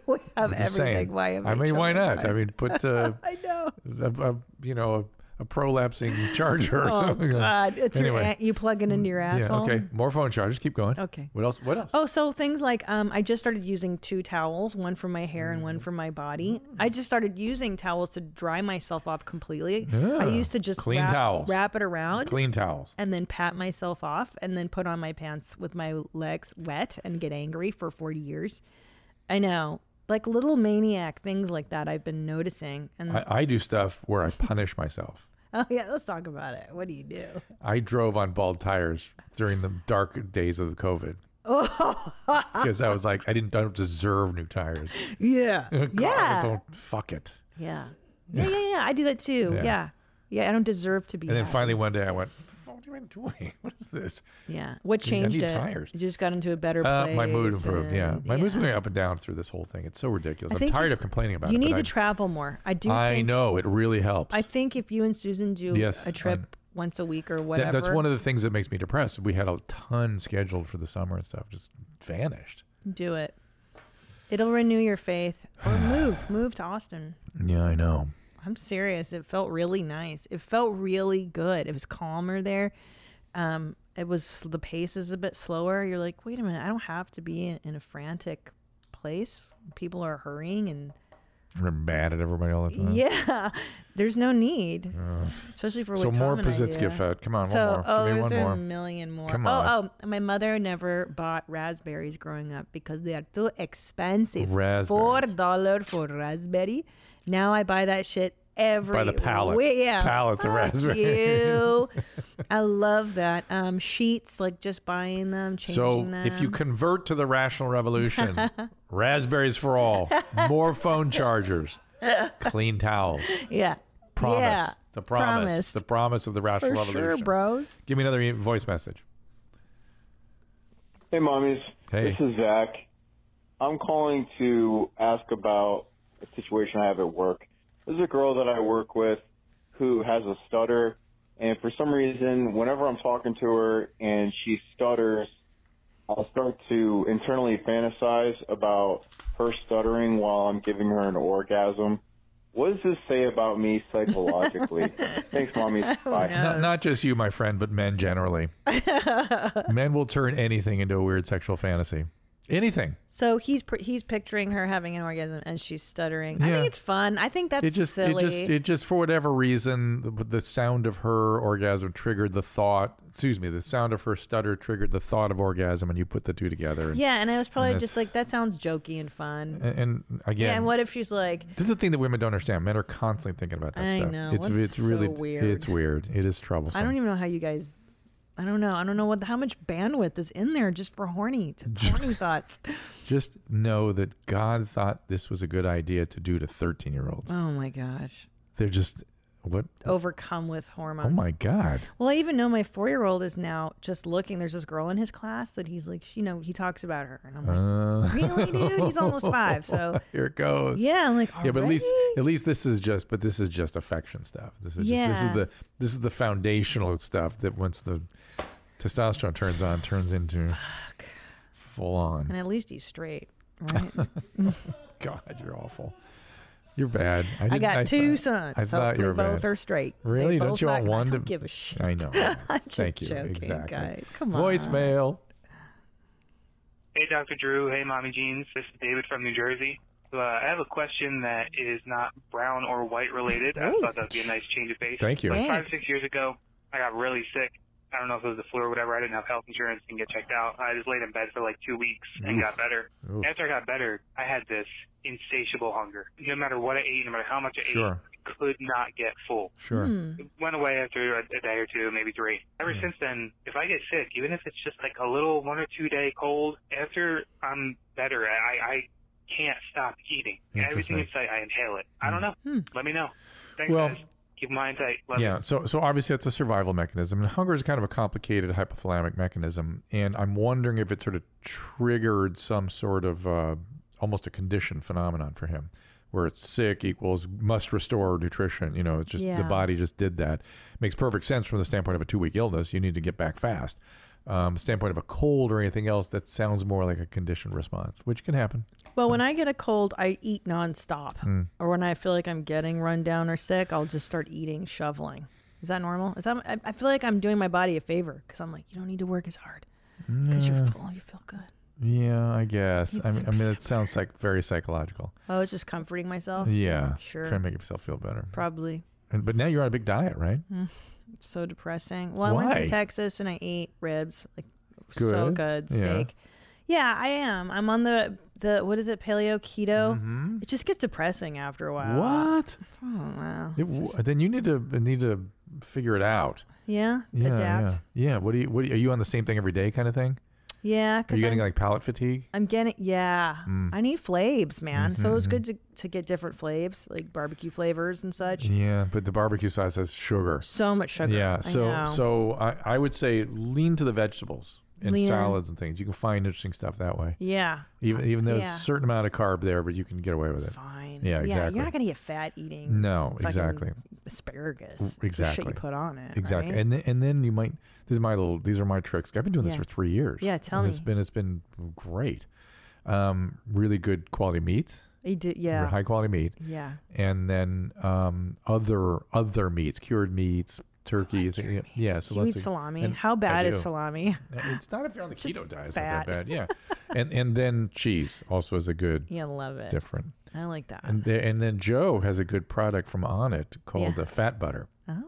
Speaker 1: we have
Speaker 2: Just
Speaker 1: everything.
Speaker 2: saying.
Speaker 1: Why? am
Speaker 2: I mean, why not? I mean, put uh,
Speaker 1: I know.
Speaker 2: a, a you know a, a prolapsing charger or
Speaker 1: Oh
Speaker 2: something.
Speaker 1: God! It's your
Speaker 2: anyway. Mm,
Speaker 1: an- you plug it into your asshole.
Speaker 2: Yeah. Okay. More phone chargers. Keep going.
Speaker 1: Okay.
Speaker 2: What else? What else?
Speaker 1: Oh, so things like um, I just started using two towels, one for my hair and one
Speaker 2: Mm.
Speaker 1: for my body. I just started using towels to dry myself off completely. I
Speaker 2: Yeah.
Speaker 1: used to just
Speaker 2: Clean
Speaker 1: wrap,
Speaker 2: towels.
Speaker 1: wrap it around
Speaker 2: Clean towels.
Speaker 1: and then pat myself off and then put on my pants with my legs wet and get angry for 40 years. I know. Like little maniac things like that I've been noticing. And
Speaker 2: I, I do stuff where I punish myself.
Speaker 1: oh yeah, let's talk about it. What do you do?
Speaker 2: I drove on bald tires during the dark days of the COVID.
Speaker 1: Oh.
Speaker 2: Because I was like, I didn't I don't deserve new tires.
Speaker 1: Yeah.
Speaker 2: God,
Speaker 1: yeah.
Speaker 2: Don't fuck it.
Speaker 1: Yeah. Yeah, yeah, yeah. I do that too. Yeah.
Speaker 2: Yeah.
Speaker 1: Yeah, I don't deserve to be
Speaker 2: And then
Speaker 1: that.
Speaker 2: finally one day I went, what am I doing? What is this?
Speaker 1: Yeah. What
Speaker 2: I need
Speaker 1: changed it?
Speaker 2: tires.
Speaker 1: You just got into a better
Speaker 2: Uh,
Speaker 1: place.
Speaker 2: my mood improved. yeah.
Speaker 1: and-
Speaker 2: My mood's been going up and down through this whole thing. It's so ridiculous.
Speaker 1: I
Speaker 2: I'm
Speaker 1: think
Speaker 2: tired
Speaker 1: you-
Speaker 2: of complaining about
Speaker 1: You
Speaker 2: it. but
Speaker 1: need to
Speaker 2: I,
Speaker 1: travel more. I do
Speaker 2: I
Speaker 1: think,
Speaker 2: know. It really helps.
Speaker 1: I think if you and Susan do
Speaker 2: Yes,
Speaker 1: a trip
Speaker 2: I'm-
Speaker 1: once a week or
Speaker 2: That-
Speaker 1: whatever.
Speaker 2: that's one of the things that makes me depressed. We had a ton scheduled for the summer and stuff just vanished.
Speaker 1: Do it. It'll renew your faith. Or move. Move to Austin.
Speaker 2: Yeah, I know.
Speaker 1: I'm serious. It felt really nice. It felt really good. It was calmer there. Um, it was the pace is a bit slower. You're like, wait a minute, I don't have to be in, in a frantic place. People are hurrying and
Speaker 2: We're mad at everybody all the time.
Speaker 1: Yeah, there's no need, especially for what
Speaker 2: Uh, So
Speaker 1: Tom
Speaker 2: more
Speaker 1: and I
Speaker 2: Pazitz
Speaker 1: do.
Speaker 2: get fed. Come on,
Speaker 1: So,
Speaker 2: one more.
Speaker 1: oh,
Speaker 2: Give me
Speaker 1: is
Speaker 2: one
Speaker 1: there
Speaker 2: more.
Speaker 1: a million more?
Speaker 2: Come
Speaker 1: oh,
Speaker 2: on.
Speaker 1: oh, my mother never bought raspberries growing up because they are too expensive.
Speaker 2: Raspberries.
Speaker 1: Four dollar for raspberry. Now I buy that shit every
Speaker 2: By the pallet.
Speaker 1: week. Yeah,
Speaker 2: Pallets of
Speaker 1: Fuck
Speaker 2: raspberries.
Speaker 1: You. I love that. Um, sheets, like just buying them, changing
Speaker 2: So
Speaker 1: them.
Speaker 2: if you convert to the rational revolution, raspberries for all, more phone chargers, clean towels.
Speaker 1: yeah,
Speaker 2: Promise.
Speaker 1: yeah,
Speaker 2: The promise.
Speaker 1: Promised.
Speaker 2: The promise of the rational
Speaker 1: for
Speaker 2: revolution.
Speaker 1: sure, bros.
Speaker 2: Give me another e- voice message.
Speaker 6: Hey, mommies.
Speaker 2: Hey.
Speaker 6: This is Zach. I'm calling to ask about a situation I have at work. There's a girl that I work with who has a stutter, and for some reason, whenever I'm talking to her and she stutters, I'll start to internally fantasize about her stuttering while I'm giving her an orgasm. What does this say about me psychologically? Thanks, mommies. Bye.
Speaker 2: Not, not just you, my friend, but men generally. men will turn anything into a weird sexual fantasy. Anything.
Speaker 1: So he's pr- he's picturing her having an orgasm and she's stuttering. I
Speaker 2: Yeah.
Speaker 1: think it's fun. I think that's
Speaker 2: it just
Speaker 1: silly.
Speaker 2: it just it just for whatever reason the, the sound of her orgasm triggered the thought excuse me the sound of her stutter triggered the thought of orgasm and you put the two together and,
Speaker 1: yeah, and I was probably just
Speaker 2: that's-
Speaker 1: like that sounds jokey and fun.
Speaker 2: and, and again
Speaker 1: Yeah, and what if she's like,
Speaker 2: this is the thing that women don't understand men are constantly thinking about that
Speaker 1: I
Speaker 2: stuff
Speaker 1: know.
Speaker 2: it's
Speaker 1: That's
Speaker 2: it's really
Speaker 1: so weird.
Speaker 2: it's weird it is troublesome
Speaker 1: I don't even know how you guys. I don't know. I don't know what how much bandwidth is in there just for horny to horny thoughts.
Speaker 2: just know that god thought this was a good idea to do to 13 year olds
Speaker 1: Oh my gosh.
Speaker 2: they're just what
Speaker 1: Overcome with
Speaker 2: oh
Speaker 1: hormones.
Speaker 2: my god
Speaker 1: Well, I even know my four year old is now just looking. There's this girl in his class that he's like, you know, he talks about her, and I'm like,
Speaker 2: Uh,
Speaker 1: really, dude? He's almost five, so
Speaker 2: here it goes
Speaker 1: yeah, I'm like,
Speaker 2: Yeah, but at least
Speaker 1: "Already?"
Speaker 2: at least this is just but this is just affection stuff. This is just, this
Speaker 1: Yeah.
Speaker 2: is the this is the foundational stuff that once the testosterone turns on turns into full
Speaker 1: And
Speaker 2: on.
Speaker 1: at least he's straight, right?
Speaker 2: God, you're awful. You're bad. I,
Speaker 1: I
Speaker 2: didn't-
Speaker 1: got
Speaker 2: I
Speaker 1: two
Speaker 2: thought-
Speaker 1: sons.
Speaker 2: I thought you
Speaker 1: Hopefully
Speaker 2: were
Speaker 1: both
Speaker 2: bad.
Speaker 1: are straight. They
Speaker 2: Really? Don't
Speaker 1: both
Speaker 2: you want
Speaker 1: like- I
Speaker 2: one
Speaker 1: don't
Speaker 2: to-
Speaker 1: give a shit.
Speaker 2: I know.
Speaker 1: I'm just
Speaker 2: Thank you.
Speaker 1: joking,
Speaker 2: exactly.
Speaker 1: guys. Come on.
Speaker 2: Voicemail.
Speaker 7: Hey, Dr. Drew. Hey, Mommy Jeans. This is David from New Jersey. Uh, I have a question that is not brown or white related. I
Speaker 1: Ooh.
Speaker 7: thought that would be a nice change of pace.
Speaker 2: Thank you.
Speaker 7: Like five,
Speaker 1: Thanks.
Speaker 7: six years ago, I got really sick. I don't know if it was the flu or whatever. I didn't have health insurance and get checked out. I just laid in bed for like two weeks and got better.
Speaker 2: Oof.
Speaker 7: After I got better, I had this insatiable hunger. No matter what I ate, no matter how much I
Speaker 2: Sure.
Speaker 7: ate, I could not get full
Speaker 2: Sure.
Speaker 1: Hmm.
Speaker 7: it went away after a, a day or two, maybe three. Ever
Speaker 2: Hmm.
Speaker 7: since then, if I get sick, even if it's just like a little one or two day cold, after I'm better, I, I can't stop eating.
Speaker 2: Interesting. Hmm.
Speaker 7: Everything in sight, I inhale it. I don't know. Let me know. Thanks,
Speaker 2: Well-
Speaker 7: guys. Keep my insight. Love you.
Speaker 2: Yeah, so so obviously that's a survival mechanism, and hunger is kind of a complicated hypothalamic mechanism. And I'm wondering if it sort of triggered some sort of uh, almost a condition phenomenon for him, where it's sick equals must restore nutrition. You know, it's just the
Speaker 1: Yeah.
Speaker 2: body just did that. Makes perfect sense from the standpoint of a two week illness. You need to get back fast. Um, standpoint of a cold or anything else, that sounds more like a conditioned response, which can happen.
Speaker 1: Well, when I get a cold, I eat nonstop.
Speaker 2: Hmm.
Speaker 1: Or when I feel like I'm getting run down or sick, I'll just start eating, shoveling. Is that normal? Is that, I, I feel like I'm doing my body a favor because I'm like, you don't need to work as hard because you're full. You feel good.
Speaker 2: Yeah, I guess. I mean, I mean, it sounds like very psychological.
Speaker 1: Oh, it's just comforting myself.
Speaker 2: Yeah,
Speaker 1: Sure.
Speaker 2: Trying to make yourself feel better.
Speaker 1: Probably.
Speaker 2: And, but now you're on a big diet, right?
Speaker 1: It's so depressing. Well, I went
Speaker 2: Why?
Speaker 1: to Texas and I ate ribs, like so
Speaker 2: Good.
Speaker 1: good
Speaker 2: Yeah.
Speaker 1: steak. Yeah. I am. I'm on the the what is it, paleo keto? It just gets depressing after a while.
Speaker 2: Mm-hmm.
Speaker 1: Oh,
Speaker 2: What?
Speaker 1: I don't know.
Speaker 2: It w- then you need to need to figure it out.
Speaker 1: Yeah,
Speaker 2: Yeah,
Speaker 1: adapt.
Speaker 2: yeah, yeah. What do you? What do you- are you on the same thing every day, kind of thing?
Speaker 1: Yeah,
Speaker 2: Are
Speaker 1: because
Speaker 2: you
Speaker 1: I'm,
Speaker 2: getting like palate fatigue?
Speaker 1: I'm getting yeah.
Speaker 2: Mm.
Speaker 1: I need flaves, man. So it
Speaker 2: Mm-hmm,
Speaker 1: was good to to get different flaves, like barbecue flavors and such.
Speaker 2: Yeah, but the barbecue sauce has sugar.
Speaker 1: So much sugar.
Speaker 2: Yeah,
Speaker 1: I
Speaker 2: so
Speaker 1: know.
Speaker 2: so I, I would say lean to the vegetables and
Speaker 1: Lean on-
Speaker 2: salads and things. You can find interesting stuff that way.
Speaker 1: yeah,
Speaker 2: Even even though there's
Speaker 1: Yeah.
Speaker 2: a certain amount of carb there, but you can get away with it.
Speaker 1: fine.
Speaker 2: Yeah, exactly.
Speaker 1: you're not gonna get fat eating.
Speaker 2: No,
Speaker 1: fucking
Speaker 2: exactly.
Speaker 1: Asparagus. It's the shit
Speaker 2: exactly.
Speaker 1: you put on it.
Speaker 2: Exactly,
Speaker 1: right?
Speaker 2: and then, and then you might. These are my little. These are my tricks. I've been doing this
Speaker 1: Yeah.
Speaker 2: for three years.
Speaker 1: Yeah, tell
Speaker 2: and It's
Speaker 1: me.
Speaker 2: been it's been great. Um, really good quality meat.
Speaker 1: You do-
Speaker 2: or
Speaker 1: yeah.
Speaker 2: High quality meat,
Speaker 1: Yeah.
Speaker 2: and then um, other other meats, cured meats, turkey. I think- yeah, so
Speaker 1: you
Speaker 2: let's
Speaker 1: eat salami.
Speaker 2: and
Speaker 1: How
Speaker 2: I
Speaker 1: bad is
Speaker 2: do. Uh,
Speaker 1: salami?
Speaker 2: It's not if you're on the
Speaker 1: just
Speaker 2: keto diet. It's not that
Speaker 1: fat.
Speaker 2: bad. Yeah, and and then cheese also is a good
Speaker 1: yeah, love it.
Speaker 2: different.
Speaker 1: I like that.
Speaker 2: And the, and then Joe has a good product from Onnit called
Speaker 1: Yeah.
Speaker 2: the fat butter,
Speaker 1: oh,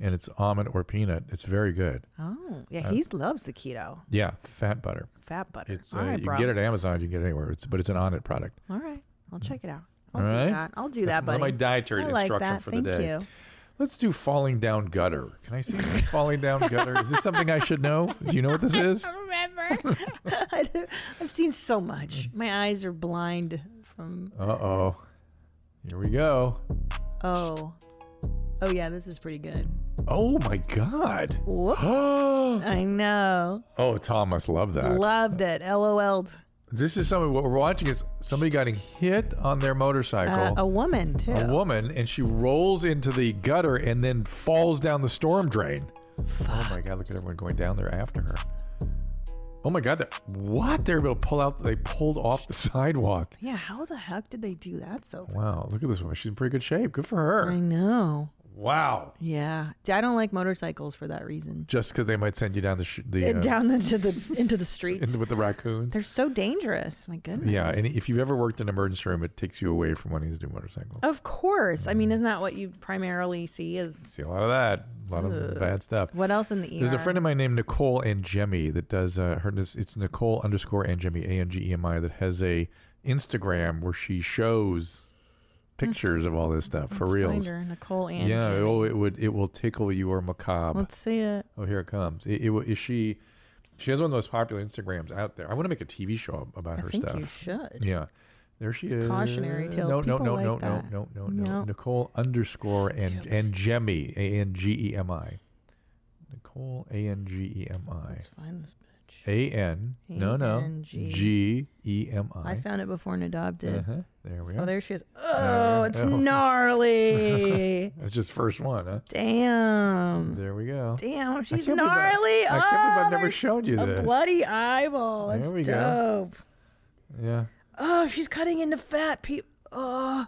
Speaker 2: and it's almond or peanut. It's very good.
Speaker 1: oh,
Speaker 2: Uh,
Speaker 1: yeah. He loves the keto
Speaker 2: Yeah, fat butter.
Speaker 1: fat butter.
Speaker 2: It's uh,
Speaker 1: All right,
Speaker 2: you
Speaker 1: bro.
Speaker 2: can get it at Amazon. You can get it anywhere. It's but it's an Onnit product.
Speaker 1: All right, I'll check it out.
Speaker 2: All
Speaker 1: I'll do
Speaker 2: right.
Speaker 1: that. I'll do
Speaker 2: That's
Speaker 1: that, buddy.
Speaker 2: my dietary
Speaker 1: I like
Speaker 2: instruction
Speaker 1: that.
Speaker 2: for the
Speaker 1: Thank
Speaker 2: day.
Speaker 1: You.
Speaker 2: Let's do falling down gutter. Can I see some falling down gutter? Is this something I should know? Do you know what this is?
Speaker 1: remember. I've seen so much.
Speaker 2: Mm-hmm.
Speaker 1: My eyes are blind from.
Speaker 2: Uh oh. Here we go.
Speaker 1: Oh. Oh, yeah, this is pretty good.
Speaker 2: Oh my God.
Speaker 1: Whoops.
Speaker 2: oh,
Speaker 1: I know.
Speaker 2: Thomas, love that.
Speaker 1: Loved it. LOL'd.
Speaker 2: this is something. What we're watching is somebody got hit on their motorcycle.
Speaker 1: Uh, a woman, too.
Speaker 2: a woman and she rolls into the gutter and then falls down the storm drain. Oh my god, look at everyone going down there after her. Oh my god, that- what? They were able to pull out, they pulled off the sidewalk.
Speaker 1: Yeah, how the heck did they do that so
Speaker 2: Wow, look at this woman. She's in pretty good shape. Good for her.
Speaker 1: I know.
Speaker 2: Wow.
Speaker 1: Yeah. See, I don't like motorcycles for that reason.
Speaker 2: Just because they might send you down the, sh- the uh,
Speaker 1: Down into the into the streets.
Speaker 2: in with the raccoons.
Speaker 1: They're so dangerous. My goodness.
Speaker 2: Yeah, and if you've ever worked in an emergency room, it takes you away from wanting to do motorcycles.
Speaker 1: Of course. I mean, isn't that what you primarily see is
Speaker 2: See a lot of that, a lot of bad stuff.
Speaker 1: what else in the ER?
Speaker 2: There's a friend of mine named Nicole and Jemmy that does uh, her. It's Nicole underscore and Jemmy A N G E M I that has a Instagram where she shows pictures of all this stuff for reals.
Speaker 1: Finder, Nicole and
Speaker 2: Yeah.
Speaker 1: Jimmy.
Speaker 2: Oh, it would. It will tickle your macabre.
Speaker 1: Let's see it.
Speaker 2: oh, here it comes. It, it will- is she. She has one of the most popular Instagrams out there. I want to make a TV show about
Speaker 1: I
Speaker 2: her
Speaker 1: think
Speaker 2: stuff.
Speaker 1: you should.
Speaker 2: Yeah. There she is.
Speaker 1: cautionary tales.
Speaker 2: No, no,
Speaker 1: People
Speaker 2: no,
Speaker 1: like
Speaker 2: no,
Speaker 1: that.
Speaker 2: no, no, no, no.
Speaker 1: No.
Speaker 2: Nicole underscore and and Jemmy A N G E M I. Nicole A N G E M I.
Speaker 1: Let's find this bitch.
Speaker 2: A N no no
Speaker 1: A-N-G.
Speaker 2: G E M
Speaker 1: I
Speaker 2: I.
Speaker 1: found it before Nadab did.
Speaker 2: Uh-huh. There we
Speaker 1: Oh,
Speaker 2: are.
Speaker 1: there she is. Oh, it's
Speaker 2: oh.
Speaker 1: gnarly.
Speaker 2: That's just first one, huh?
Speaker 1: Damn.
Speaker 2: There we go.
Speaker 1: Damn, she's
Speaker 2: can't believe I-
Speaker 1: gnarly.
Speaker 2: I
Speaker 1: oh,
Speaker 2: can't believe I've never
Speaker 1: there's
Speaker 2: showed you
Speaker 1: a
Speaker 2: this.
Speaker 1: bloody eyeball.
Speaker 2: There
Speaker 1: That's
Speaker 2: we go.
Speaker 1: dope.
Speaker 2: Yeah.
Speaker 1: Oh, she's cutting into fat. Pe- oh,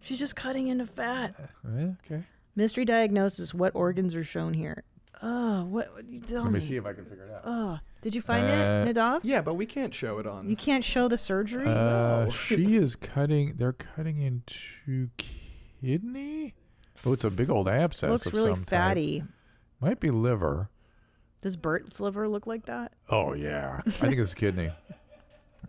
Speaker 1: she's just cutting into fat.
Speaker 2: Yeah, Okay.
Speaker 1: Mystery diagnosis. What organs are shown here? Oh, what? what you tell
Speaker 2: Let me
Speaker 1: me.
Speaker 2: see if I can figure it out.
Speaker 1: Oh, did you find
Speaker 2: Uh,
Speaker 1: it, Nadav?
Speaker 4: Yeah, but we can't show it on.
Speaker 1: You can't show the surgery.
Speaker 2: Uh, she is cutting. They're cutting into kidney. Oh, it's a big old abscess.
Speaker 1: Looks
Speaker 2: of
Speaker 1: really
Speaker 2: some type.
Speaker 1: fatty.
Speaker 2: Might be liver.
Speaker 1: Does Bert's liver look like that?
Speaker 2: Oh yeah, I think it's kidney.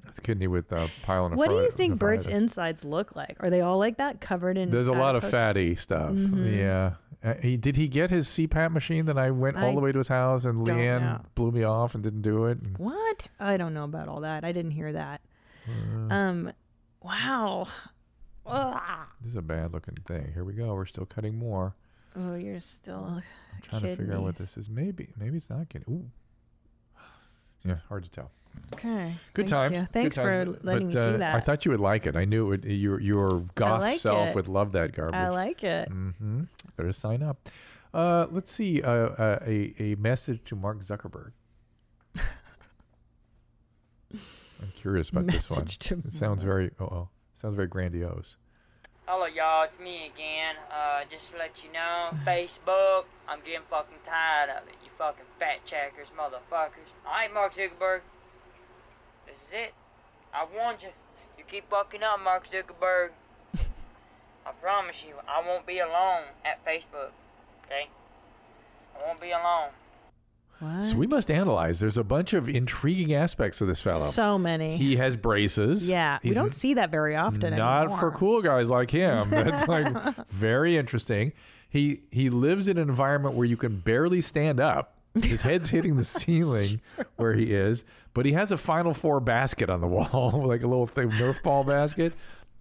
Speaker 2: It's kidney with uh, pyelonephritis.
Speaker 1: What do you think Bert's
Speaker 2: nephritis.
Speaker 1: insides look like? Are they all like that, covered in?
Speaker 2: There's a lot of
Speaker 1: adipose-
Speaker 2: fatty stuff.
Speaker 1: Mm-hmm.
Speaker 2: Yeah. Uh, he, did he get his CPAP machine? Then I went all
Speaker 1: I
Speaker 2: the way to his house, and
Speaker 1: don't
Speaker 2: Leanne
Speaker 1: know.
Speaker 2: blew me off and didn't do it. And
Speaker 1: What? I don't know about all that. I didn't hear that.
Speaker 2: Uh.
Speaker 1: Um, wow. Ah.
Speaker 2: This is a bad looking thing. Here we go. We're still cutting more.
Speaker 1: Oh, you're still
Speaker 2: I'm trying to figure out what
Speaker 1: Kidneys.
Speaker 2: this is. Maybe, maybe it's not kidney. Ooh. Yeah, hard to tell.
Speaker 1: okay.
Speaker 2: Good
Speaker 1: Thank
Speaker 2: times.
Speaker 1: you.
Speaker 2: Good
Speaker 1: Thanks for
Speaker 2: times.
Speaker 1: letting
Speaker 2: But,
Speaker 1: me see
Speaker 2: uh,
Speaker 1: that.
Speaker 2: I thought you would like it. I knew it. Would, your your goth
Speaker 1: like
Speaker 2: self
Speaker 1: it.
Speaker 2: would love that garbage.
Speaker 1: I like it.
Speaker 2: Mm-hmm. Better sign up. Uh, let's see. Uh, uh, a a message to Mark Zuckerberg. I'm curious about this one.
Speaker 1: Message to
Speaker 2: it sounds very oh, oh sounds very grandiose.
Speaker 8: Hello, y'all. It's me again. Uh, just to let you know, Facebook, I'm getting fucking tired of it. You fucking fat checkers, motherfuckers. Alright, Mark Zuckerberg. This is it. I warned you. You keep fucking up, Mark Zuckerberg. I promise you, I won't be alone at Facebook. Okay? I won't be alone.
Speaker 1: What?
Speaker 2: So we must analyze. There's a bunch of intriguing aspects of this fellow.
Speaker 1: So many.
Speaker 2: he has braces.
Speaker 1: yeah, we
Speaker 2: He's
Speaker 1: don't see that very often.
Speaker 2: Not
Speaker 1: anymore.
Speaker 2: for cool guys like him. That's like very interesting. He he lives in an environment where you can barely stand up. His head's hitting the ceiling where he is, but he has a Final Four basket on the wall, like a little thing, Nerf ball basket.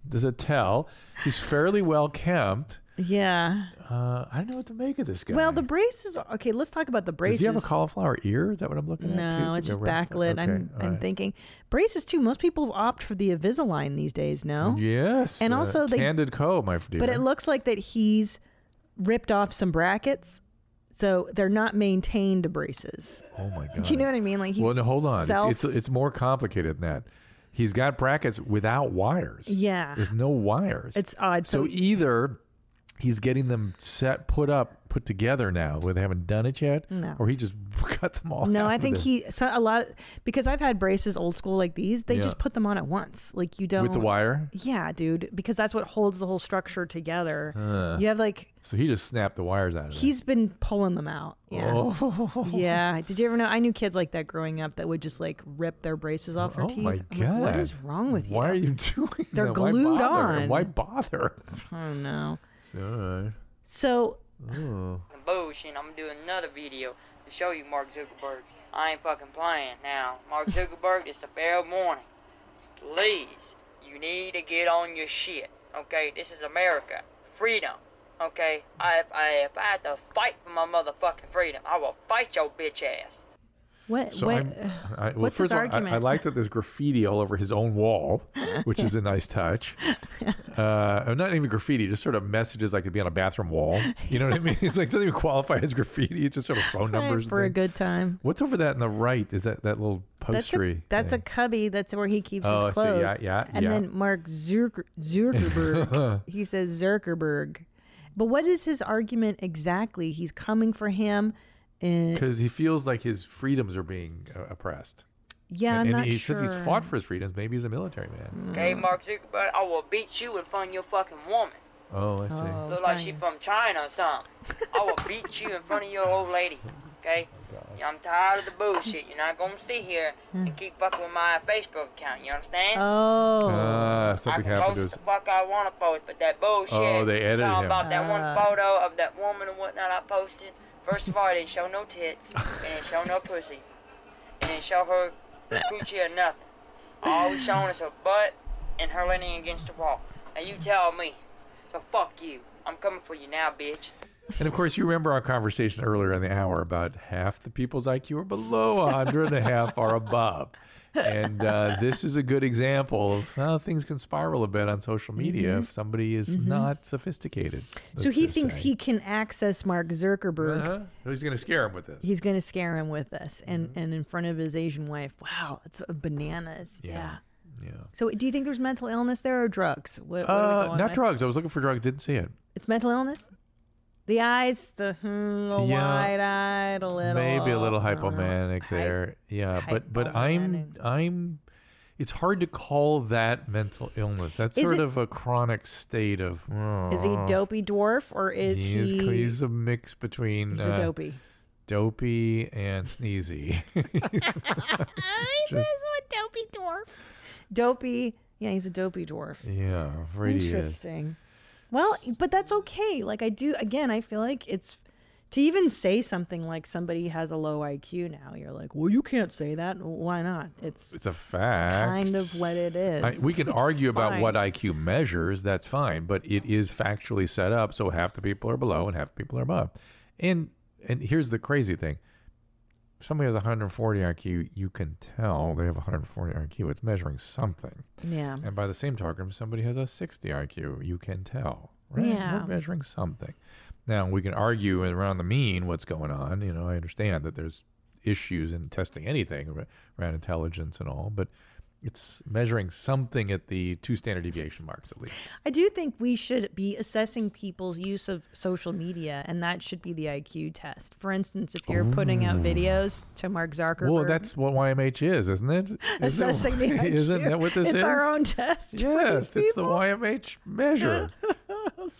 Speaker 2: There's a tell. He's fairly well kempt.
Speaker 1: Yeah.
Speaker 2: Uh, I don't know what to make of this guy.
Speaker 1: Well, the braces. Are, okay, let's talk about the
Speaker 2: does
Speaker 1: braces.
Speaker 2: he have a cauliflower ear? Is that what I'm looking at? too?
Speaker 1: No, it's
Speaker 2: The
Speaker 1: just
Speaker 2: wrestler?
Speaker 1: backlit.
Speaker 2: Okay,
Speaker 1: I'm
Speaker 2: all
Speaker 1: I'm
Speaker 2: right.
Speaker 1: thinking braces too. Most people opt for the Invisalign these days. No,
Speaker 2: Yes,
Speaker 1: And
Speaker 2: uh,
Speaker 1: also they-
Speaker 2: candid co, my dear.
Speaker 1: but it looks like that he's ripped off some brackets, so they're not maintained braces.
Speaker 2: oh my god.
Speaker 1: Do you know what I mean? Like he's
Speaker 2: well, no, hold on. It's-
Speaker 1: Self,
Speaker 2: It's, it's more complicated than that. He's got brackets without wires.
Speaker 1: yeah,
Speaker 2: There's no wires.
Speaker 1: it's odd.
Speaker 2: so
Speaker 1: So,
Speaker 2: either he's getting them set, put up, put together now where they haven't done it yet?
Speaker 1: No.
Speaker 2: Or he just cut them all
Speaker 1: No,
Speaker 2: out
Speaker 1: I
Speaker 2: of
Speaker 1: think
Speaker 2: there?
Speaker 1: he so a lot because I've had braces old school like these. They
Speaker 2: Yeah.
Speaker 1: just put them on at once. Like you don't
Speaker 2: With the wire?
Speaker 1: Yeah, dude, because that's what holds the whole structure together.
Speaker 2: Uh.
Speaker 1: you have like
Speaker 2: So he just snapped the wires out of there.
Speaker 1: he's been pulling them out. Yeah.
Speaker 2: Oh.
Speaker 1: Yeah. Did you ever know? I knew kids like that growing up that would just like rip their braces off their
Speaker 2: Oh
Speaker 1: teeth.
Speaker 2: my
Speaker 1: I'm
Speaker 2: god!
Speaker 1: like, what is wrong with you?
Speaker 2: Why are you doing?
Speaker 1: They're
Speaker 2: that? Why
Speaker 1: glued
Speaker 2: bother?
Speaker 1: on.
Speaker 2: Why bother?
Speaker 1: I don't know.
Speaker 2: All right.
Speaker 1: So
Speaker 2: Oh.
Speaker 8: fucking bullshit. I'm gonna do another video to show you Mark Zuckerberg. I ain't fucking playing now. Mark Zuckerberg, it's a fair warning. Please, you need to get on your shit. Okay, this is America. Freedom. Okay, I, if, I, if I had to fight for my motherfucking freedom, I will fight your bitch ass.
Speaker 1: what?
Speaker 2: So
Speaker 1: what uh,
Speaker 2: I'm, I, well,
Speaker 1: what's
Speaker 2: first
Speaker 1: his
Speaker 2: of all,
Speaker 1: argument?
Speaker 2: I, I like that there's graffiti all over his own wall, which is a nice touch. Uh, not even graffiti, just sort of messages like it'd be on a bathroom wall. You know what I mean? It's like it doesn't even qualify as graffiti. It's just sort of phone
Speaker 1: All right,
Speaker 2: numbers. and
Speaker 1: for a
Speaker 2: things.
Speaker 1: good time.
Speaker 2: What's over that on the right? Is that that little
Speaker 1: That's a,
Speaker 2: postery?
Speaker 1: that's a
Speaker 2: thing?
Speaker 1: cubby. That's where he keeps
Speaker 2: Oh, I
Speaker 1: his
Speaker 2: see. Yeah,
Speaker 1: clothes.
Speaker 2: yeah,
Speaker 1: And
Speaker 2: yeah.
Speaker 1: then Mark Zucker, Zuckerberg. he says Zuckerberg, but what is his argument exactly? He's coming for him. And
Speaker 2: because he feels like his freedoms are being uh, oppressed.
Speaker 1: yeah,
Speaker 2: and
Speaker 1: I'm
Speaker 2: and
Speaker 1: not
Speaker 2: he
Speaker 1: sure. Mm.
Speaker 2: says he's fought for his freedoms. Maybe he's a military man.
Speaker 8: Okay, Mark Zuckerberg, I will beat you in front of your fucking woman.
Speaker 2: Oh, I see.
Speaker 1: Oh,
Speaker 8: Look like she
Speaker 1: fine.
Speaker 8: from China or something. I will beat you in front of your old lady. Okay? I'm tired of the bullshit. You're not gonna sit here and keep fucking with my Facebook account. You understand?
Speaker 1: Oh,
Speaker 2: Ah,
Speaker 8: I
Speaker 2: something
Speaker 8: can post
Speaker 2: happened to
Speaker 8: what
Speaker 2: us.
Speaker 8: the fuck I want to post, but that bullshit.
Speaker 2: Oh, they edited
Speaker 8: talking
Speaker 2: him.
Speaker 8: about that one photo of that woman and whatnot I posted. First of all, it didn't show no tits, and it didn't show no pussy, and it didn't show her coochie or nothing. All it was showing is her butt and her leaning against the wall. And you tell me. So fuck you. I'm coming for you now, bitch.
Speaker 2: And of course, you remember our conversation earlier in the hour about half the people's IQ are below 100 and a half are above. And uh, this is a good example of how things can spiral a bit on social media if somebody is not sophisticated.
Speaker 1: Mm-hmm. so he thinks he can access Mark Zuckerberg.
Speaker 2: uh He's going to scare him with this.
Speaker 1: He's going to scare him with this, and
Speaker 2: Mm-hmm.
Speaker 1: and in front of his Asian wife. Wow, that's bananas. Yeah.
Speaker 2: Yeah.
Speaker 1: So do you think there's mental illness there or drugs? What, what are we
Speaker 2: Uh,
Speaker 1: going
Speaker 2: not
Speaker 1: with?
Speaker 2: drugs. I was looking for drugs. Didn't see it.
Speaker 1: It's mental illness. The eyes, the, hmm, the
Speaker 2: Yeah,
Speaker 1: wide-eyed, a little,
Speaker 2: maybe a little
Speaker 1: I don't know.
Speaker 2: hypomanic
Speaker 1: Hy-
Speaker 2: there yeah but but i'm
Speaker 1: hypomanic.
Speaker 2: i'm it's hard to call that mental illness that's
Speaker 1: Is
Speaker 2: sort
Speaker 1: it-
Speaker 2: of a chronic state of "Oh,
Speaker 1: Is he dopey dwarf or is
Speaker 2: he's,
Speaker 1: he?
Speaker 2: he's a mix between
Speaker 1: he's a
Speaker 2: uh,
Speaker 1: dopey.
Speaker 2: dopey and sneezy
Speaker 1: Dopey. Yeah, he's a dopey dwarf.
Speaker 2: yeah right he is.
Speaker 1: Interesting. Well, but that's okay. Like I do again, I feel like it's to even say something like somebody has a low IQ now, you're like, well, you can't say that. Why not? It's
Speaker 2: it's a fact
Speaker 1: kind of what it is.
Speaker 2: I, we can
Speaker 1: It's
Speaker 2: argue about
Speaker 1: fine.
Speaker 2: what IQ measures. That's fine, but it is factually set up so half the people are below and half the people are above. And and here's the crazy thing: if somebody has 140 IQ, you can tell they have 140 IQ. It's measuring something.
Speaker 1: Yeah.
Speaker 2: And by the same token, if somebody has a 60 IQ, you can tell. Right?
Speaker 1: Yeah.
Speaker 2: We're measuring something. Now we can argue around the mean what's going on. You know, I understand that there's issues in testing anything ar- around intelligence and all, but it's measuring something at the two standard deviation marks at least.
Speaker 1: I do think we should be assessing people's use of social media, and that should be the IQ test. For instance, if you're putting out videos to Mark Zuckerberg,
Speaker 2: Well, that's what YMH is, isn't it? Isn't-
Speaker 1: assessing the IQ.
Speaker 2: Isn't that what this
Speaker 1: it's
Speaker 2: is?
Speaker 1: our own test.
Speaker 2: yes,
Speaker 1: for these
Speaker 2: it's the YMH measure.
Speaker 1: people.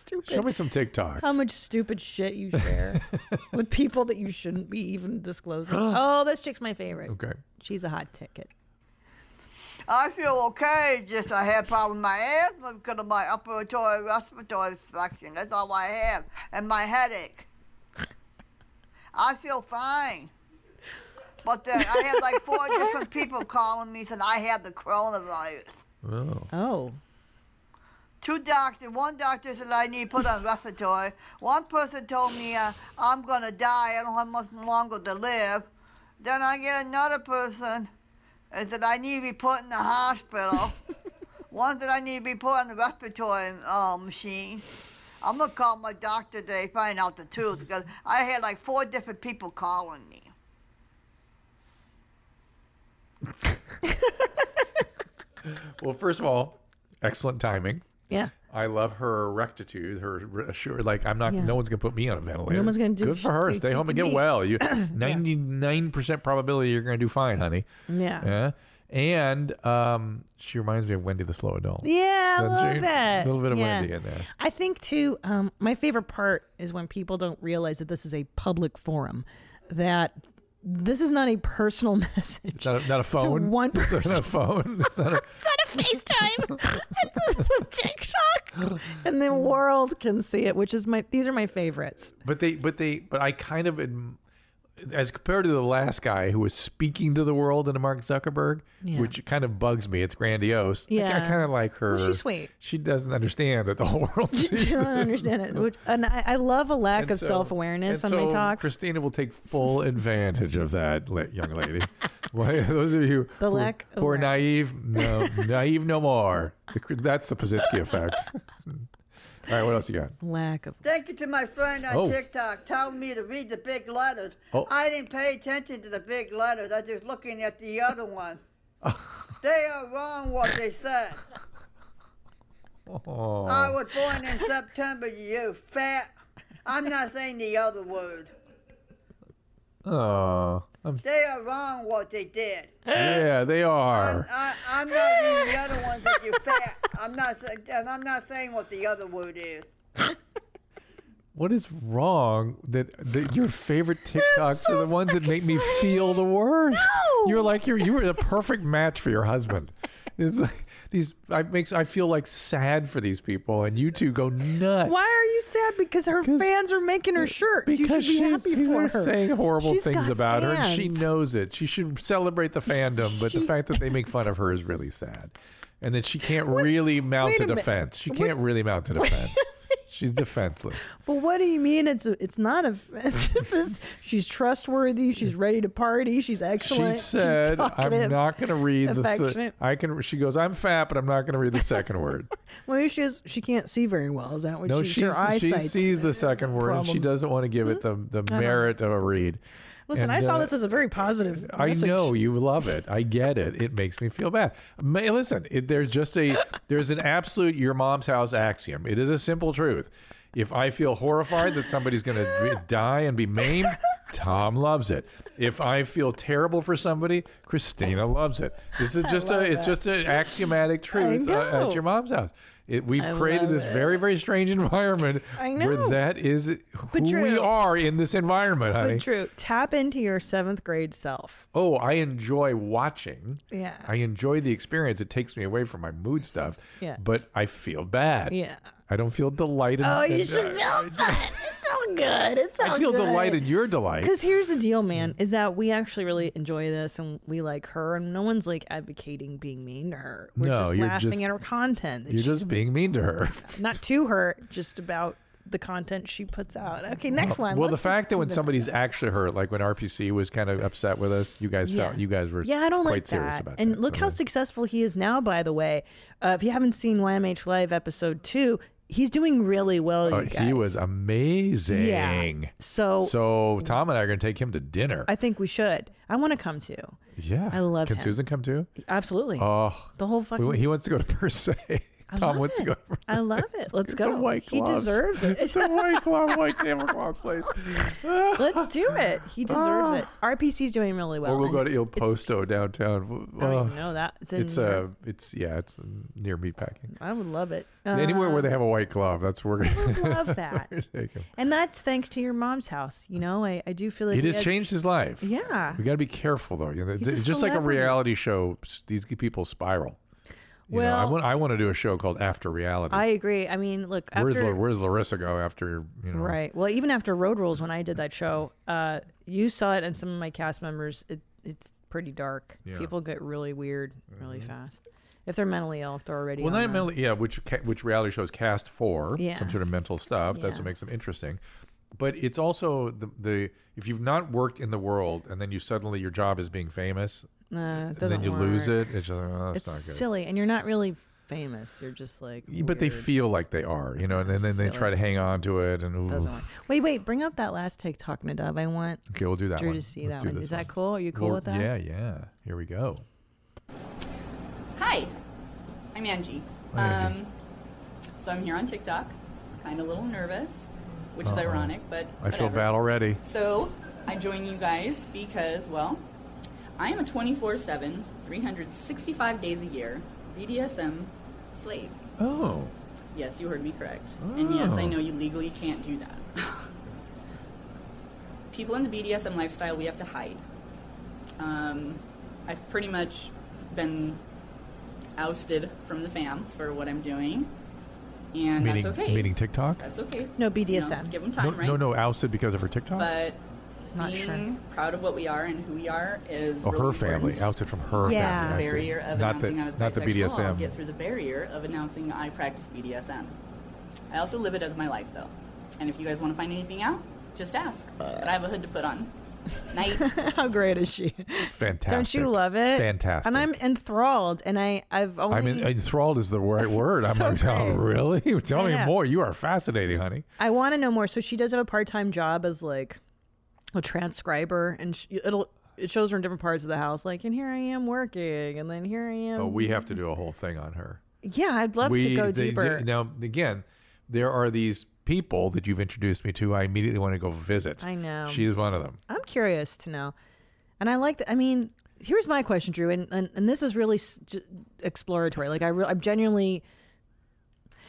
Speaker 1: Stupid.
Speaker 2: Show me some TikTok.
Speaker 1: How much stupid shit you share with people that you shouldn't be even disclosing. oh, this chick's my favorite.
Speaker 2: Okay.
Speaker 1: She's a hot ticket.
Speaker 9: I feel okay, just I have problem with my asthma because of my respiratory respiratory function. That's all I have, and my headache. I feel fine, but then I had like four different people calling me saying I have the coronavirus.
Speaker 2: Oh.
Speaker 1: Oh.
Speaker 9: Two doctors, one doctor said I need to put on respiratory. One person told me uh, I'm gonna die. I don't have much longer to live. Then I get another person and said I need to be put in the hospital. one said I need to be put on the respiratory uh, machine. I'm gonna call my doctor today, find out the truth because I had like four different people calling me.
Speaker 2: Well, first of all, excellent timing.
Speaker 1: Yeah.
Speaker 2: I love her rectitude, her assured, like I'm not.
Speaker 1: Yeah.
Speaker 2: No one's gonna put me on a ventilator.
Speaker 1: No one's gonna do
Speaker 2: Good for
Speaker 1: sh-
Speaker 2: her.
Speaker 1: they
Speaker 2: Stay
Speaker 1: did
Speaker 2: home
Speaker 1: to
Speaker 2: and get
Speaker 1: me.
Speaker 2: well. You
Speaker 1: Yeah.
Speaker 2: ninety nine percent probability you're gonna do fine, honey.
Speaker 1: Yeah.
Speaker 2: Yeah. And um, she reminds me of Wendy the Slow Adult.
Speaker 1: Yeah, a
Speaker 2: Doesn't
Speaker 1: little
Speaker 2: she?
Speaker 1: bit.
Speaker 2: A little bit of
Speaker 1: Yeah.
Speaker 2: Wendy in there.
Speaker 1: I think too. Um, my favorite part is when people don't realize that this is a public forum, that this is not a personal message.
Speaker 2: It's not a, not a phone.
Speaker 1: one
Speaker 2: It's not a phone. It's not a,
Speaker 1: It's not a FaceTime. it's a TikTok, and the world can see it. Which is my. These are my favorites.
Speaker 2: But they, but they, but I kind of, adm- as compared to the last guy who was speaking to the world and to Mark Zuckerberg,
Speaker 1: Yeah.
Speaker 2: which kind of bugs me. It's grandiose. I- I,
Speaker 1: Yeah.
Speaker 2: kind of like her.
Speaker 1: Well, she's sweet.
Speaker 2: She doesn't understand that the whole world sees.
Speaker 1: I don't
Speaker 2: it.
Speaker 1: understand it. Which, and I, I love a lack
Speaker 2: And
Speaker 1: of
Speaker 2: so-
Speaker 1: self awareness on
Speaker 2: and
Speaker 1: my
Speaker 2: so
Speaker 1: talks.
Speaker 2: Christina will take full advantage of that, la- young lady. Why, those of you
Speaker 1: The
Speaker 2: who,
Speaker 1: lack
Speaker 2: who are naive, no, naive no more. The- that's the Pazinski effect. All right, what else you got?
Speaker 1: lack of.
Speaker 9: Thank you to my friend on
Speaker 2: Oh.
Speaker 9: TikTok telling me to read the big letters.
Speaker 2: Oh.
Speaker 9: I didn't pay attention to the big letters. I was looking at the other one. they are wrong what they said.
Speaker 2: Oh.
Speaker 9: I was born in September, you fat. I'm not saying the other word.
Speaker 2: Oh, I'm,
Speaker 9: They are wrong what they did.
Speaker 2: yeah, they are.
Speaker 9: I, I'm not reading the other ones that you fat. I'm not, sa- and I'm not saying what the other word is.
Speaker 2: What is wrong that, that your favorite TikToks are the ones that make me feel the worst? You're like you're you were the perfect match for your husband. It's like these I makes I feel like sad for these people, and you two go nuts.
Speaker 1: Why are you sad? Because her fans are making her shirt.
Speaker 2: Because
Speaker 1: you should be
Speaker 2: she's,
Speaker 1: happy
Speaker 2: they're
Speaker 1: for her.
Speaker 2: saying horrible
Speaker 1: She's
Speaker 2: things
Speaker 1: got
Speaker 2: about her, and she
Speaker 1: fans.
Speaker 2: knows it. She should celebrate the fandom, but the
Speaker 1: She-
Speaker 2: fact that they make fun of her is really sad. And that she can't really mount
Speaker 1: wait
Speaker 2: a,
Speaker 1: a minute.
Speaker 2: defense. She can't really mount a defense. She's defenseless.
Speaker 1: But what do you mean? It's it's not offensive. It's- she's trustworthy. She's ready to party. She's excellent.
Speaker 2: She said,
Speaker 1: she's
Speaker 2: "I'm
Speaker 1: talkative."
Speaker 2: not going to read the. Th-
Speaker 1: affectionate.
Speaker 2: I can." She goes, "I'm fat, but I'm not going to read the second word."
Speaker 1: Well, maybe she's she can't see very well. Is that what
Speaker 2: no,
Speaker 1: she's,
Speaker 2: she
Speaker 1: her
Speaker 2: she
Speaker 1: eyesight's-
Speaker 2: sees the second word and she
Speaker 1: problem. Mm-hmm. Uh-huh.
Speaker 2: doesn't want to give it the the merit of a read.
Speaker 1: Listen,
Speaker 2: And,
Speaker 1: I saw
Speaker 2: uh,
Speaker 1: this as a very positive.
Speaker 2: I
Speaker 1: message.
Speaker 2: know you love it. I get it. It makes me feel bad. May, listen, it, there's just a there's an absolute your mom's house axiom. It is a simple truth. If I feel horrified that somebody's going to die and be maimed, Tom loves it. If I feel terrible for somebody, Christina loves it. This is just a it's just an axiomatic truth uh, at
Speaker 1: know.
Speaker 2: your mom's house. It, we've
Speaker 1: I
Speaker 2: created
Speaker 1: love
Speaker 2: this
Speaker 1: it.
Speaker 2: very very strange environment
Speaker 1: I
Speaker 2: where
Speaker 1: know.
Speaker 2: that is who we
Speaker 1: true.
Speaker 2: are in this environment, honey.
Speaker 1: But true. Tap into your seventh grade self.
Speaker 2: Oh, I enjoy watching.
Speaker 1: Yeah.
Speaker 2: I enjoy the experience. It takes me away from my mood stuff.
Speaker 1: Yeah.
Speaker 2: But I feel bad.
Speaker 1: Yeah.
Speaker 2: I don't feel delight in
Speaker 1: Oh,
Speaker 2: in-
Speaker 1: you should feel that. It's all good. It's all
Speaker 2: uh, I feel
Speaker 1: good.
Speaker 2: delight in your delight.
Speaker 1: Because here's the deal, man,
Speaker 2: Mm.
Speaker 1: is that we actually really enjoy this and we like her, and no one's like advocating being mean to her. We're
Speaker 2: No,
Speaker 1: just
Speaker 2: you're
Speaker 1: laughing
Speaker 2: just-
Speaker 1: at her content. that
Speaker 2: You're
Speaker 1: she-
Speaker 2: just being mean to her.
Speaker 1: not to her, just about the content she puts out. Okay, next one.
Speaker 2: well, the
Speaker 1: Let's
Speaker 2: fact
Speaker 1: just
Speaker 2: that
Speaker 1: do
Speaker 2: when
Speaker 1: the-
Speaker 2: somebody's actually hurt, like when RPC was kind of upset with us, you guys
Speaker 1: Yeah.
Speaker 2: felt you guys were
Speaker 1: yeah, I don't
Speaker 2: quite
Speaker 1: like
Speaker 2: serious
Speaker 1: that.
Speaker 2: about
Speaker 1: and
Speaker 2: that,
Speaker 1: look
Speaker 2: so
Speaker 1: how
Speaker 2: that-
Speaker 1: successful he is now. By the way, uh, if you haven't seen YMH Live episode two, he's doing really well.
Speaker 2: Oh,
Speaker 1: you guys.
Speaker 2: he was amazing.
Speaker 1: Yeah. So,
Speaker 2: So Tom and I are going to take him to dinner.
Speaker 1: I think we should. I want to come too.
Speaker 2: yeah,
Speaker 1: I love
Speaker 2: Can
Speaker 1: him.
Speaker 2: Susan come too?
Speaker 1: Absolutely.
Speaker 2: Oh,
Speaker 1: the whole
Speaker 2: We
Speaker 1: fucking.
Speaker 2: went- he wants to go to Per se.
Speaker 1: I
Speaker 2: Tom
Speaker 1: love
Speaker 2: wants to
Speaker 1: it.
Speaker 2: go. To per
Speaker 1: I love it. Let's
Speaker 2: It's a
Speaker 1: go.
Speaker 2: White
Speaker 1: he
Speaker 2: Claws.
Speaker 1: deserves
Speaker 2: It's
Speaker 1: it.
Speaker 2: a white glove, white Tamar Clark place.
Speaker 1: Let's do it. He deserves it. RPC's doing really well.
Speaker 2: or Ah. we'll
Speaker 1: and
Speaker 2: go to Il
Speaker 1: it's-
Speaker 2: Posto downtown.
Speaker 1: I don't
Speaker 2: Uh,
Speaker 1: even know that. It's in.
Speaker 2: it's uh, it's yeah, it's near meatpacking.
Speaker 1: I would love it.
Speaker 2: Anywhere where
Speaker 1: Uh,
Speaker 2: they have a white glove, that's where we're
Speaker 1: I
Speaker 2: gonna,
Speaker 1: would love that.
Speaker 2: we're gonna take him.
Speaker 1: And that's thanks to your mom's house. You know, I, I do feel like
Speaker 2: It
Speaker 1: we
Speaker 2: has
Speaker 1: had
Speaker 2: changed
Speaker 1: s-
Speaker 2: his life.
Speaker 1: Yeah.
Speaker 2: we got to be careful though. You know,
Speaker 1: He's a
Speaker 2: it's just like a
Speaker 1: celebrity.
Speaker 2: reality show. s- These people spiral. You know, I
Speaker 1: Well-
Speaker 2: want I want to do a show called After Reality.
Speaker 1: I agree. I mean, look,
Speaker 2: where's
Speaker 1: after,
Speaker 2: La- where's Larissa go after you know?
Speaker 1: right. Well, even after Road Rules, when I did that show, uh, you saw it, and some of my cast members. It, it's pretty dark.
Speaker 2: Yeah. Mm-hmm.
Speaker 1: People get really weird really fast if they're mentally ill. If they're already
Speaker 2: Well,
Speaker 1: on
Speaker 2: not
Speaker 1: the-
Speaker 2: mentally, yeah. Which ca- which reality shows cast for
Speaker 1: Yeah.
Speaker 2: some sort of mental stuff. That's
Speaker 1: Yeah.
Speaker 2: what makes them interesting. But it's also the the if you've not worked in the world and then you suddenly your job is being famous,
Speaker 1: Nah, it
Speaker 2: and
Speaker 1: doesn't
Speaker 2: then you lose
Speaker 1: work.
Speaker 2: it. It's just oh, that's
Speaker 1: It's
Speaker 2: not good.
Speaker 1: silly, and you're not really famous. You're just like.
Speaker 2: Y- But they
Speaker 1: weird.
Speaker 2: feel like they are, you know, and, then- then they try
Speaker 1: Silly.
Speaker 2: to hang on to it. And ooh.
Speaker 1: Doesn't work. Wait, wait. Bring up that last TikTok, Nadav. I want
Speaker 2: okay, we'll do that
Speaker 1: Drew
Speaker 2: one.
Speaker 1: to see
Speaker 2: Let's
Speaker 1: that
Speaker 2: do
Speaker 1: one.
Speaker 2: this
Speaker 1: Is that cool? Are you cool
Speaker 2: Well,
Speaker 1: with that?
Speaker 2: Yeah, yeah. Here we go.
Speaker 10: Hi, I'm Angie.
Speaker 2: Hi, Angie.
Speaker 10: Um, So I'm here on TikTok, kind of a little nervous, which is
Speaker 2: Uh-oh.
Speaker 10: ironic, but
Speaker 2: Uh-huh. I feel
Speaker 10: whatever.
Speaker 2: bad already.
Speaker 10: So I join you guys because, well, I am a 24 7, 365 days a year BDSM slave.
Speaker 2: Oh.
Speaker 10: Yes, you heard me correct. And yes, I
Speaker 2: Oh.
Speaker 10: know you legally can't do that. People in the BDSM lifestyle, we have to hide. Um, I've pretty much been ousted from the fam for what I'm doing, and
Speaker 2: meaning,
Speaker 10: that's okay.
Speaker 2: meaning TikTok?
Speaker 10: That's okay.
Speaker 1: No,
Speaker 10: You know,
Speaker 1: BDSM.
Speaker 10: give them time,
Speaker 2: no,
Speaker 10: right?
Speaker 2: no, no, ousted because of her TikTok?
Speaker 10: But
Speaker 1: Not
Speaker 10: being
Speaker 1: sure.
Speaker 10: proud of what we are and who we are is
Speaker 2: oh,
Speaker 10: really
Speaker 2: her family.
Speaker 10: important.
Speaker 2: Ousted from her
Speaker 10: The
Speaker 2: family. I see.
Speaker 10: barrier of
Speaker 2: not
Speaker 10: announcing
Speaker 2: the,
Speaker 10: I was
Speaker 2: Not the
Speaker 10: bisexual, I'll
Speaker 2: BDSM.
Speaker 10: get through the barrier of announcing I practice BDSM. I also live it as my life, though. And if you guys want to find anything out, just ask.
Speaker 2: Uh,
Speaker 10: But I have a hood to put on. Night.
Speaker 1: How great is she?
Speaker 2: Fantastic.
Speaker 1: Don't you love it?
Speaker 2: Fantastic.
Speaker 1: And I'm enthralled, and I I've only
Speaker 2: I mean, enthralled is the right word. I'm
Speaker 1: So
Speaker 2: like, oh,
Speaker 1: great.
Speaker 2: really? Tell
Speaker 1: I
Speaker 2: me
Speaker 1: know.
Speaker 2: more. You are fascinating, honey.
Speaker 1: I want to know more. So she does have a part time job as like a transcriber, and sh it'll it shows her in different parts of the house. Like, and here I am working, and then here I am.
Speaker 2: Oh, we have to do a whole thing on her.
Speaker 1: Yeah, I'd love
Speaker 2: we,
Speaker 1: to go
Speaker 2: they-
Speaker 1: deeper.
Speaker 2: they- now, again, there are these people that you've introduced me to. I immediately want to go visit.
Speaker 1: I know.
Speaker 2: She is one of them.
Speaker 1: I'm curious to know, and I like that. I mean, here's my question, Drew, and and, and this is really s- j- exploratory. Like, I re- I'm genuinely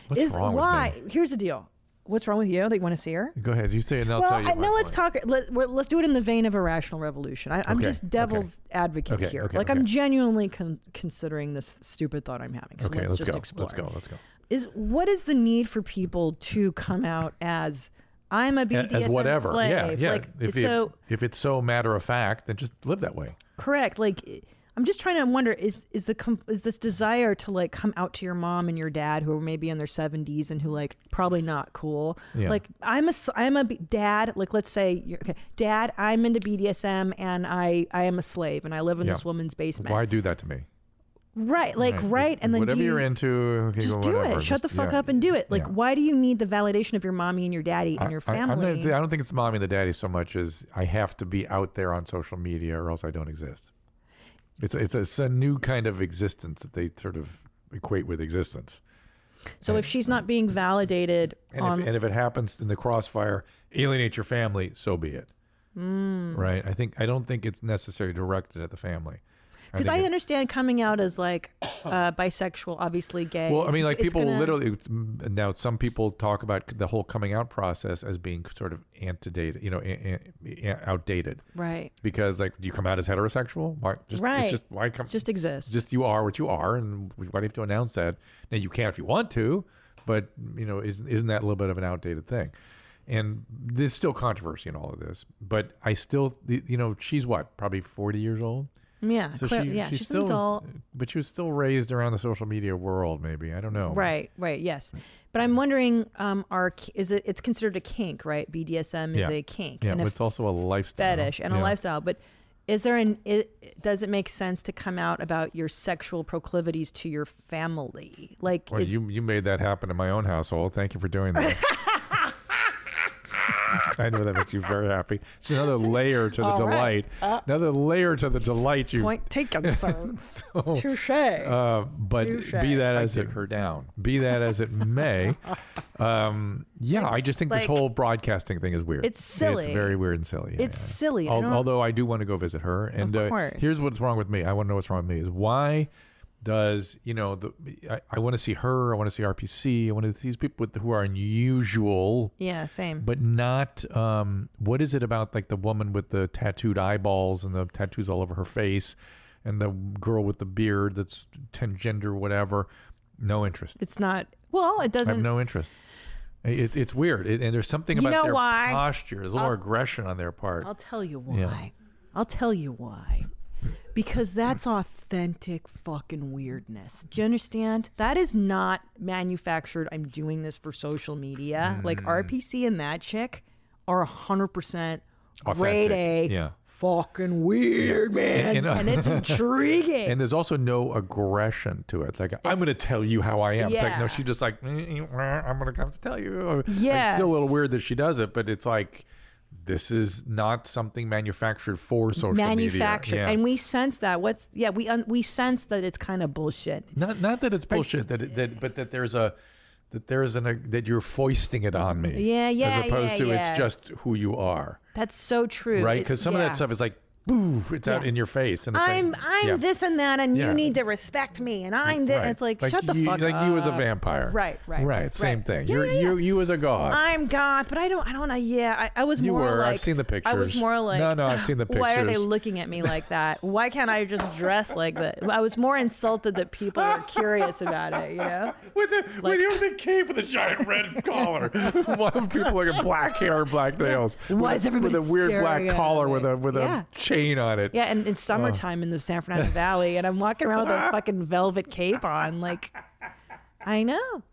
Speaker 2: What's
Speaker 1: is
Speaker 2: wrong with
Speaker 1: why. Here's the deal. What's wrong with you that you want to see her?
Speaker 2: Go ahead. You say it, and I'll
Speaker 1: well,
Speaker 2: tell you.
Speaker 1: I,
Speaker 2: my
Speaker 1: no, let's
Speaker 2: point.
Speaker 1: talk. Let, we're, let's do it in the vein of irrational revolution. I, I'm
Speaker 2: Okay,
Speaker 1: just devil's
Speaker 2: okay.
Speaker 1: advocate
Speaker 2: Okay,
Speaker 1: here.
Speaker 2: okay,
Speaker 1: like
Speaker 2: okay.
Speaker 1: I'm genuinely con- considering this stupid thought I'm having. So
Speaker 2: Okay, let's,
Speaker 1: let's, just
Speaker 2: go.
Speaker 1: explore.
Speaker 2: Let's go. Let's go.
Speaker 1: Is what is the need for people to come out as I'm a BDSM
Speaker 2: As whatever.
Speaker 1: slave?
Speaker 2: Yeah, yeah.
Speaker 1: Like
Speaker 2: if, it-
Speaker 1: so,
Speaker 2: if it's so matter of fact, then just live that way.
Speaker 1: correct. Like eh, I'm just trying to wonder is is the com- is this desire to like come out to your mom and your dad who are maybe in their 70s and who like probably not cool.
Speaker 11: Yeah.
Speaker 1: Like I'm a s- I'm a b- dad, like let's say you're okay, dad, I'm into BDSM and I I am a slave and I live in
Speaker 2: Yeah.
Speaker 1: this woman's basement.
Speaker 2: Why do that to me?
Speaker 1: Right, like right, and then do
Speaker 2: whatever
Speaker 1: you-
Speaker 2: are into, okay,
Speaker 1: just
Speaker 2: go
Speaker 1: do
Speaker 2: whatever.
Speaker 1: it. Shut
Speaker 2: Just-
Speaker 1: the fuck
Speaker 2: yeah.
Speaker 1: up and do it. Like,
Speaker 2: Yeah.
Speaker 1: why do you need the validation of your mommy and your daddy and your
Speaker 2: I- I'm
Speaker 1: family?
Speaker 2: not- I, don't think it's mommy and the daddy so much as I have to be out there on social media or else I don't exist. It's it's a, it's a new kind of existence that they sort of equate with existence.
Speaker 1: so if she's not being validated
Speaker 2: And,
Speaker 1: on,
Speaker 2: if, and if it happens in the crossfire, alienate your family, so be it.
Speaker 1: Mm.
Speaker 2: Right? I think I don't think it's necessarily directed at the family. I
Speaker 1: Because
Speaker 2: think
Speaker 1: I
Speaker 2: it-
Speaker 1: understand coming out as like uh, bisexual, obviously gay.
Speaker 2: Well, I mean,
Speaker 1: It's-
Speaker 2: like
Speaker 1: it's
Speaker 2: people
Speaker 1: gonna-
Speaker 2: literally it's- mm, now. Some people talk about the whole coming out process as being sort of antidated, you know, a- a- a- outdated.
Speaker 1: Right.
Speaker 2: Because like, do you come out as heterosexual? Why just
Speaker 1: Right.
Speaker 2: It's just why come
Speaker 1: Just exist.
Speaker 2: Just you are what you are, and why do you have to announce that? Now you can if you want to, but you know, isn't isn't that a little bit of an outdated thing? And there's still controversy in all of this, but I still, you know, she's what probably 40 years old.
Speaker 1: Yeah,
Speaker 2: so
Speaker 1: clear-
Speaker 2: she,
Speaker 1: yeah,
Speaker 2: she
Speaker 1: she's an
Speaker 2: still is-
Speaker 1: adult.
Speaker 2: but she was still raised around the social media world. Maybe I don't know.
Speaker 1: Right, right, yes. But I'm wondering, um, are k- is it? It's considered a kink, right? BDSM is
Speaker 2: Yeah.
Speaker 1: a kink,
Speaker 2: Yeah,
Speaker 1: and
Speaker 2: but
Speaker 1: a
Speaker 2: it's also a lifestyle.
Speaker 1: fetish and a
Speaker 2: Yeah.
Speaker 1: lifestyle. But is there an? It, does it make sense to come out about your sexual proclivities to your family? Like,
Speaker 2: Well,
Speaker 1: is,
Speaker 2: you you made that happen in my own household. Thank you for doing that. I know that makes you very happy. It's another layer to the
Speaker 1: All right.
Speaker 2: delight.
Speaker 1: Uh,
Speaker 2: another layer to the delight you
Speaker 1: point taken, sir.
Speaker 2: So,
Speaker 1: Touche.
Speaker 2: Uh, but
Speaker 1: Touche.
Speaker 2: be that
Speaker 1: I
Speaker 2: as it her down. Be that as it may, um, yeah, I just think
Speaker 1: Like,
Speaker 2: this whole broadcasting thing is weird.
Speaker 1: it's silly.
Speaker 2: It's very weird and silly. yeah,
Speaker 1: It's
Speaker 2: yeah.
Speaker 1: silly. I
Speaker 2: Al-
Speaker 1: don't-
Speaker 2: although I do want to go visit her, and
Speaker 1: course.
Speaker 2: Uh, here's what's wrong with me. I want to know what's wrong with me is why does you know the I, I want to see her. I want to see RPC. I want to see these people with, who are unusual.
Speaker 1: yeah, same.
Speaker 2: But not um, what is it about like the woman with the tattooed eyeballs and the tattoos all over her face, and the girl with the beard that's ten gender whatever, no interest.
Speaker 1: It's not. Well, it
Speaker 2: I have
Speaker 1: doesn't.
Speaker 2: no interest. It, it's weird, It- and there's something
Speaker 1: You
Speaker 2: about
Speaker 1: know
Speaker 2: their
Speaker 1: why?
Speaker 2: posture. There's a little
Speaker 1: I'll-
Speaker 2: more aggression on their part.
Speaker 1: I'll tell you why.
Speaker 2: Yeah.
Speaker 1: I'll tell you why. Because that's authentic fucking weirdness. Do you understand? That is not manufactured. I'm doing this for social media. Like
Speaker 11: Mm.
Speaker 1: RPC and that chick are 100% grade
Speaker 2: Authentic.
Speaker 1: A.
Speaker 2: Yeah.
Speaker 1: Fucking weird, man. And, it's intriguing.
Speaker 2: And there's also no aggression to it. It's like I'm going to tell you how I am. It's like
Speaker 1: Yeah.
Speaker 2: no, she's just like "Mm, mm, mm, I'm going to come to tell you. Or- like, it's
Speaker 1: Yes.
Speaker 2: still a little weird that she does it, but it's like this is not something manufactured for social
Speaker 1: manufactured.
Speaker 2: media. Yeah.
Speaker 1: And we sense that. What's, yeah, we, un- we sense that it's kind of bullshit.
Speaker 2: not not that it's bullshit that it, that but that there's a that there's an that you're foisting it on me.
Speaker 1: Yeah, yeah,
Speaker 2: As opposed
Speaker 1: yeah,
Speaker 2: to
Speaker 1: yeah.
Speaker 2: it's just who you are,
Speaker 1: That's so true.
Speaker 2: right?
Speaker 1: It-
Speaker 2: Because some of
Speaker 1: yeah.
Speaker 2: that stuff is like, boo, it's out in your face, and it's like,
Speaker 1: I'm I'm
Speaker 2: yeah.
Speaker 1: this and that, and
Speaker 2: Yeah.
Speaker 1: you need to respect me, and I'm this.
Speaker 2: Right.
Speaker 1: It's like, shut the
Speaker 2: you,
Speaker 1: fuck
Speaker 2: like
Speaker 1: up.
Speaker 2: you as a vampire.
Speaker 1: Right, right,
Speaker 2: Right.
Speaker 1: right.
Speaker 2: Same thing.
Speaker 1: Yeah,
Speaker 2: you're
Speaker 1: yeah, yeah.
Speaker 2: you you as a god.
Speaker 1: I'm God, but I don't. I don't know. Yeah, I, I was
Speaker 2: You
Speaker 1: more
Speaker 2: were.
Speaker 1: like
Speaker 2: I've seen the
Speaker 1: I was
Speaker 2: pictures.
Speaker 1: more like
Speaker 2: No, no, I've seen the
Speaker 1: Why are they
Speaker 2: pictures."
Speaker 1: looking at me like that? Why can't I just dress like that? I was more insulted that people are curious about it. You know,
Speaker 2: with the with your big cape with a giant red collar. Why would people look at black hair and black nails?
Speaker 1: Why
Speaker 2: With a-
Speaker 1: is everybody
Speaker 2: with a weird
Speaker 1: staring
Speaker 2: black
Speaker 1: at
Speaker 2: collar with a with
Speaker 1: Yeah.
Speaker 2: a chain on it?
Speaker 1: yeah, and it's
Speaker 2: Oh.
Speaker 1: summertime in the San Fernando Valley, and I'm walking around with a fucking velvet cape on. Like, I know.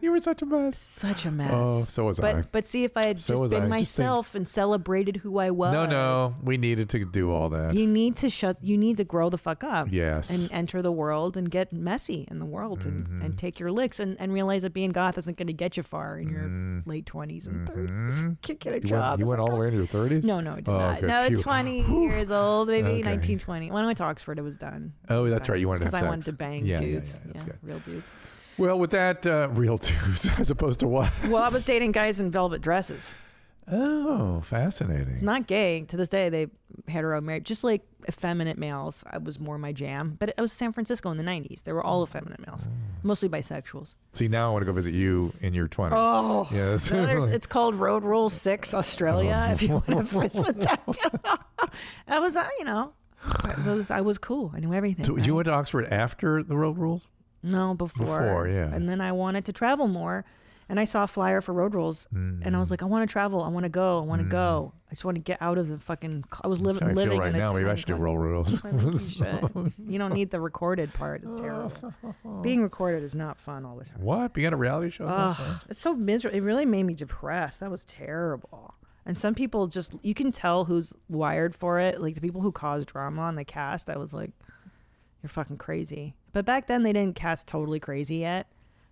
Speaker 2: You were such a mess.
Speaker 1: Such a mess.
Speaker 2: Oh, so was
Speaker 1: but,
Speaker 2: I.
Speaker 1: But see, if I had
Speaker 2: So
Speaker 1: just
Speaker 2: was
Speaker 1: been
Speaker 2: I. Just think-
Speaker 1: myself and celebrated who I was.
Speaker 2: No, no, we needed to do all that.
Speaker 1: You need to shut. You need to grow the fuck up.
Speaker 2: Yes.
Speaker 1: And enter the world and get messy in the world and,
Speaker 2: Mm-hmm.
Speaker 1: and take your licks and, and realize that being goth isn't going to get you far in your late twenties and 30s Can't get a
Speaker 2: Mm-hmm. You went-
Speaker 1: job.
Speaker 2: you
Speaker 1: as
Speaker 2: went
Speaker 1: a
Speaker 2: all the
Speaker 1: goth.
Speaker 2: way into your 30s?
Speaker 1: No, no, I did
Speaker 2: Oh,
Speaker 1: not.
Speaker 2: okay,
Speaker 1: No,
Speaker 2: phew.
Speaker 1: twenty
Speaker 2: Whew.
Speaker 1: years old, maybe
Speaker 2: Okay.
Speaker 1: nineteen twenty. When I went to Oxford, it was done.
Speaker 2: Oh, that's right. You wanted to have
Speaker 1: because I wanted
Speaker 2: sex.
Speaker 1: to bang
Speaker 2: Yeah, yeah,
Speaker 1: dudes,
Speaker 2: yeah, that's good.
Speaker 1: real dudes.
Speaker 2: Well, with that uh, real dudes, as opposed to what?
Speaker 1: Well, I was dating guys in velvet dresses.
Speaker 2: Oh, fascinating.
Speaker 1: not gay to this day they hetero married just like effeminate males i was more my jam but it was san francisco in the 90s they were all effeminate males mostly bisexuals
Speaker 2: See, now I want to go visit you in your 20s.
Speaker 1: oh
Speaker 2: yes.
Speaker 1: no, there's- it's called road rule 6 australia if you want to visit that i was uh, you know I was, I was cool i knew everything
Speaker 2: So
Speaker 1: right?
Speaker 2: you went to Oxford after the road rules?
Speaker 1: No, before.
Speaker 2: Before, yeah.
Speaker 1: And then I wanted to travel more. And I saw a flyer for road rules, and I
Speaker 2: Mm.
Speaker 1: was like, I want to travel. I want to go. I want to go. I just want to get out of the fucking. cl- I was
Speaker 2: That's
Speaker 1: living
Speaker 2: how I
Speaker 1: living
Speaker 2: feel right
Speaker 1: in a
Speaker 2: now. Maybe I
Speaker 1: tiny
Speaker 2: should do
Speaker 1: closet.
Speaker 2: road rules.
Speaker 1: I think you should. You don't need the recorded part. It's terrible. Being recorded is not fun all the time.
Speaker 2: What? You got a reality show?
Speaker 1: Ugh, it's so miserable. It really made me depressed. That was terrible. And some people just, you can tell who's wired for it. Like the people who cause drama on the cast, I was like, you're fucking crazy. But back then, they didn't cast totally crazy yet.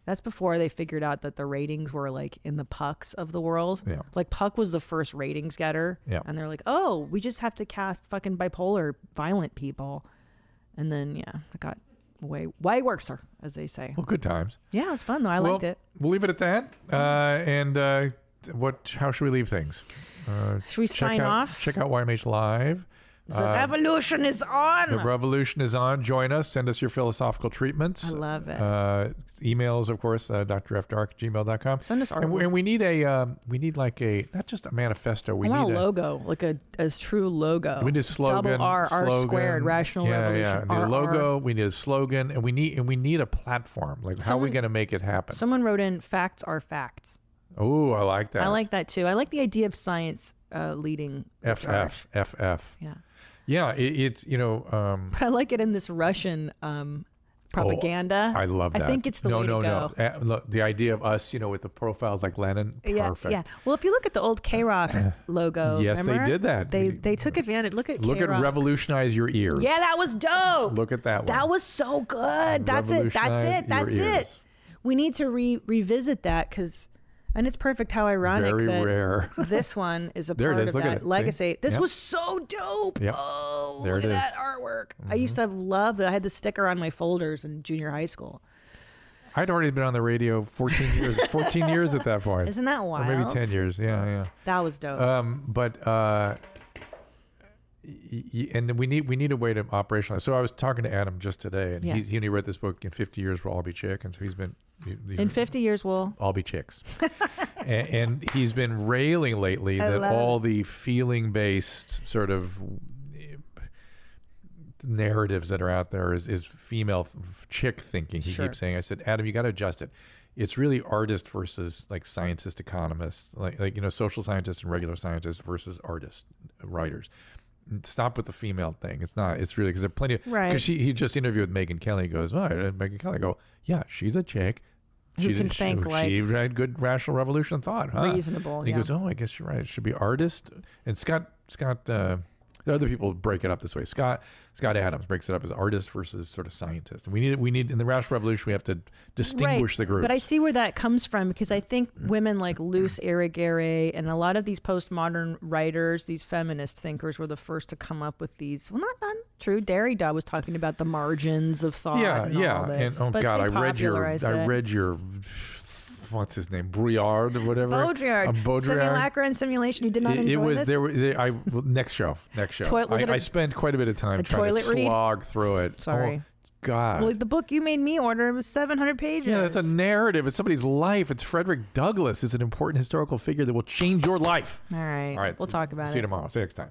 Speaker 1: That's before they figured out that the ratings were like in the pucks of the world.
Speaker 2: Yeah.
Speaker 1: Like Puck was the first ratings getter.
Speaker 2: Yeah.
Speaker 1: And they're like, oh, we just have to cast fucking bipolar, violent people. And then, yeah, it got way, way worse, as they say.
Speaker 2: Well, Oh, good times.
Speaker 1: Yeah, it was fun though. I liked
Speaker 2: Well,
Speaker 1: it.
Speaker 2: We'll leave it at that. Uh, and uh, what? how should we leave things? Uh,
Speaker 1: Should we
Speaker 2: check
Speaker 1: sign
Speaker 2: out-
Speaker 1: off?
Speaker 2: Check out YMH Live.
Speaker 1: The revolution is on.
Speaker 2: Uh, The revolution is on. Join us. Send us your philosophical treatments.
Speaker 1: I love it.
Speaker 2: Uh, emails, of course, uh, drfdark@gmail.com.
Speaker 1: Send us
Speaker 2: And, we-
Speaker 1: artwork.
Speaker 2: and we need a, um, we need like a, not just a manifesto. We
Speaker 1: I want
Speaker 2: need
Speaker 1: a logo, like a, a true logo.
Speaker 2: We need a slogan.
Speaker 1: Double R, R
Speaker 2: slogan.
Speaker 1: squared, rational
Speaker 2: yeah,
Speaker 1: revolution.
Speaker 2: Yeah,
Speaker 1: R,
Speaker 2: need a logo.
Speaker 1: R.
Speaker 2: We need a slogan, and we need and we need a platform. Like, how are we
Speaker 1: Someone-
Speaker 2: going to make it happen?
Speaker 1: Someone wrote in, facts are facts.
Speaker 2: oh, I like that.
Speaker 1: I like that too. I like the idea of science uh, leading. the charge.
Speaker 2: FF FF.
Speaker 1: Yeah.
Speaker 2: Yeah, it, it's you know. Um,
Speaker 1: But I like it in this Russian um, propaganda.
Speaker 2: Oh, I love that.
Speaker 1: I think it's the
Speaker 2: no,
Speaker 1: way
Speaker 2: no,
Speaker 1: to go.
Speaker 2: no. Uh, look, the idea of us, you know, with the profiles like Lennon.
Speaker 1: Yeah,
Speaker 2: Perfect.
Speaker 1: yeah. Well, if you look at the old K Rock logo,
Speaker 2: Yes, they
Speaker 1: remember?
Speaker 2: did that.
Speaker 1: They
Speaker 2: The-
Speaker 1: they took advantage. Look at
Speaker 2: Look
Speaker 1: K-Rock.
Speaker 2: at revolutionize your ears.
Speaker 1: Yeah, that was dope.
Speaker 2: Look at that one.
Speaker 1: That was so good. That's it. That's
Speaker 2: Revolutionize
Speaker 1: it. That's
Speaker 2: your
Speaker 1: it.
Speaker 2: ears.
Speaker 1: We need to re- revisit that because, and it's perfect how ironic
Speaker 2: very
Speaker 1: that
Speaker 2: rare.
Speaker 1: this one is a
Speaker 2: There it is.
Speaker 1: part of
Speaker 2: Look at
Speaker 1: that
Speaker 2: it. See?
Speaker 1: legacy. This
Speaker 2: Yep.
Speaker 1: was so dope.
Speaker 2: Yep.
Speaker 1: Oh,
Speaker 2: There
Speaker 1: look
Speaker 2: it
Speaker 1: at
Speaker 2: is. Mm-hmm.
Speaker 1: that artwork. I used to love that. I had the sticker on my folders in junior high school.
Speaker 2: I'd already been on the radio 14 years. 14 years at that point.
Speaker 1: Isn't that
Speaker 2: Or maybe
Speaker 1: wild?
Speaker 2: 10 years. Yeah, yeah.
Speaker 1: That was dope.
Speaker 2: Um, but uh, y- y- and then we need we need a way to operationalize. So I was talking to Adam just today, and
Speaker 1: Yes.
Speaker 2: he he only wrote this book in 50 years. We'll all be chick, and so he's been he- he's
Speaker 1: in
Speaker 2: been-
Speaker 1: 50 years, we'll.
Speaker 2: all be chicks, A- and, he's been railing lately
Speaker 1: I
Speaker 2: that
Speaker 1: love
Speaker 2: all the feeling based sort of eh, narratives that are out there is is female th- chick thinking. He
Speaker 1: Sure.
Speaker 2: keeps saying. I said, Adam, you got to adjust it. It's really artist versus like scientist economists, like like you know social scientists and regular scientists versus artist writers. Stop with the female thing. It's not. It's really because there are plenty. Of,
Speaker 1: Right.
Speaker 2: Because she he just interviewed Megan Kelly. He goes, oh, and Megan Kelly. I go, yeah, she's a chick.
Speaker 1: Who can think
Speaker 2: she,
Speaker 1: like-
Speaker 2: she had good rational revolution thought, huh?
Speaker 1: Reasonable,
Speaker 2: And he
Speaker 1: yeah.
Speaker 2: goes, oh, I guess you're right. It should be artist. And Scott Scott. Uh, the other people break it up this way. Scott Scott Adams breaks it up as artist versus sort of scientist. And we need we need in the rational revolution we have to distinguish the groups.
Speaker 1: But I see where that comes from because I think women like Luce Irigaray and a lot of these postmodern writers, these feminist thinkers, were the first to come up with these. Well, not, not true. Derrida was talking about the margins of thought.
Speaker 2: Yeah,
Speaker 1: and
Speaker 2: yeah.
Speaker 1: all this,
Speaker 2: and oh
Speaker 1: but
Speaker 2: god,
Speaker 1: they
Speaker 2: I read your
Speaker 1: popularized
Speaker 2: I
Speaker 1: it.
Speaker 2: read your
Speaker 12: what's his name, Briard, or whatever.
Speaker 1: Baudrillard.
Speaker 12: Uh,
Speaker 2: Um,
Speaker 12: Baudrillard.
Speaker 1: Simulacra and simulation. You did not
Speaker 12: It,
Speaker 1: enjoy
Speaker 12: it was
Speaker 1: this?
Speaker 12: there. Were, there I well, next show, next show.
Speaker 1: Toi- was
Speaker 12: I,
Speaker 1: it a-
Speaker 12: I spent quite a bit of time
Speaker 1: a
Speaker 12: trying to
Speaker 1: toilet read?
Speaker 12: slog through it.
Speaker 1: Sorry.
Speaker 12: Oh, God.
Speaker 1: Well, the book you made me order was 700 pages.
Speaker 12: yeah, that's a narrative. It's somebody's life. It's Frederick Douglass. It's an important historical figure that will change your life.
Speaker 1: All right.
Speaker 12: All right.
Speaker 1: We'll talk about
Speaker 12: See you
Speaker 1: it.
Speaker 12: tomorrow. See you next time.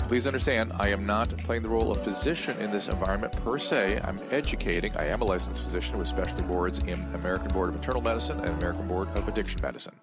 Speaker 2: Please understand, I am not playing the role of physician in this environment per se. I'm educating. I am a licensed physician with specialty boards in American Board of Internal Medicine and American Board of Addiction Medicine.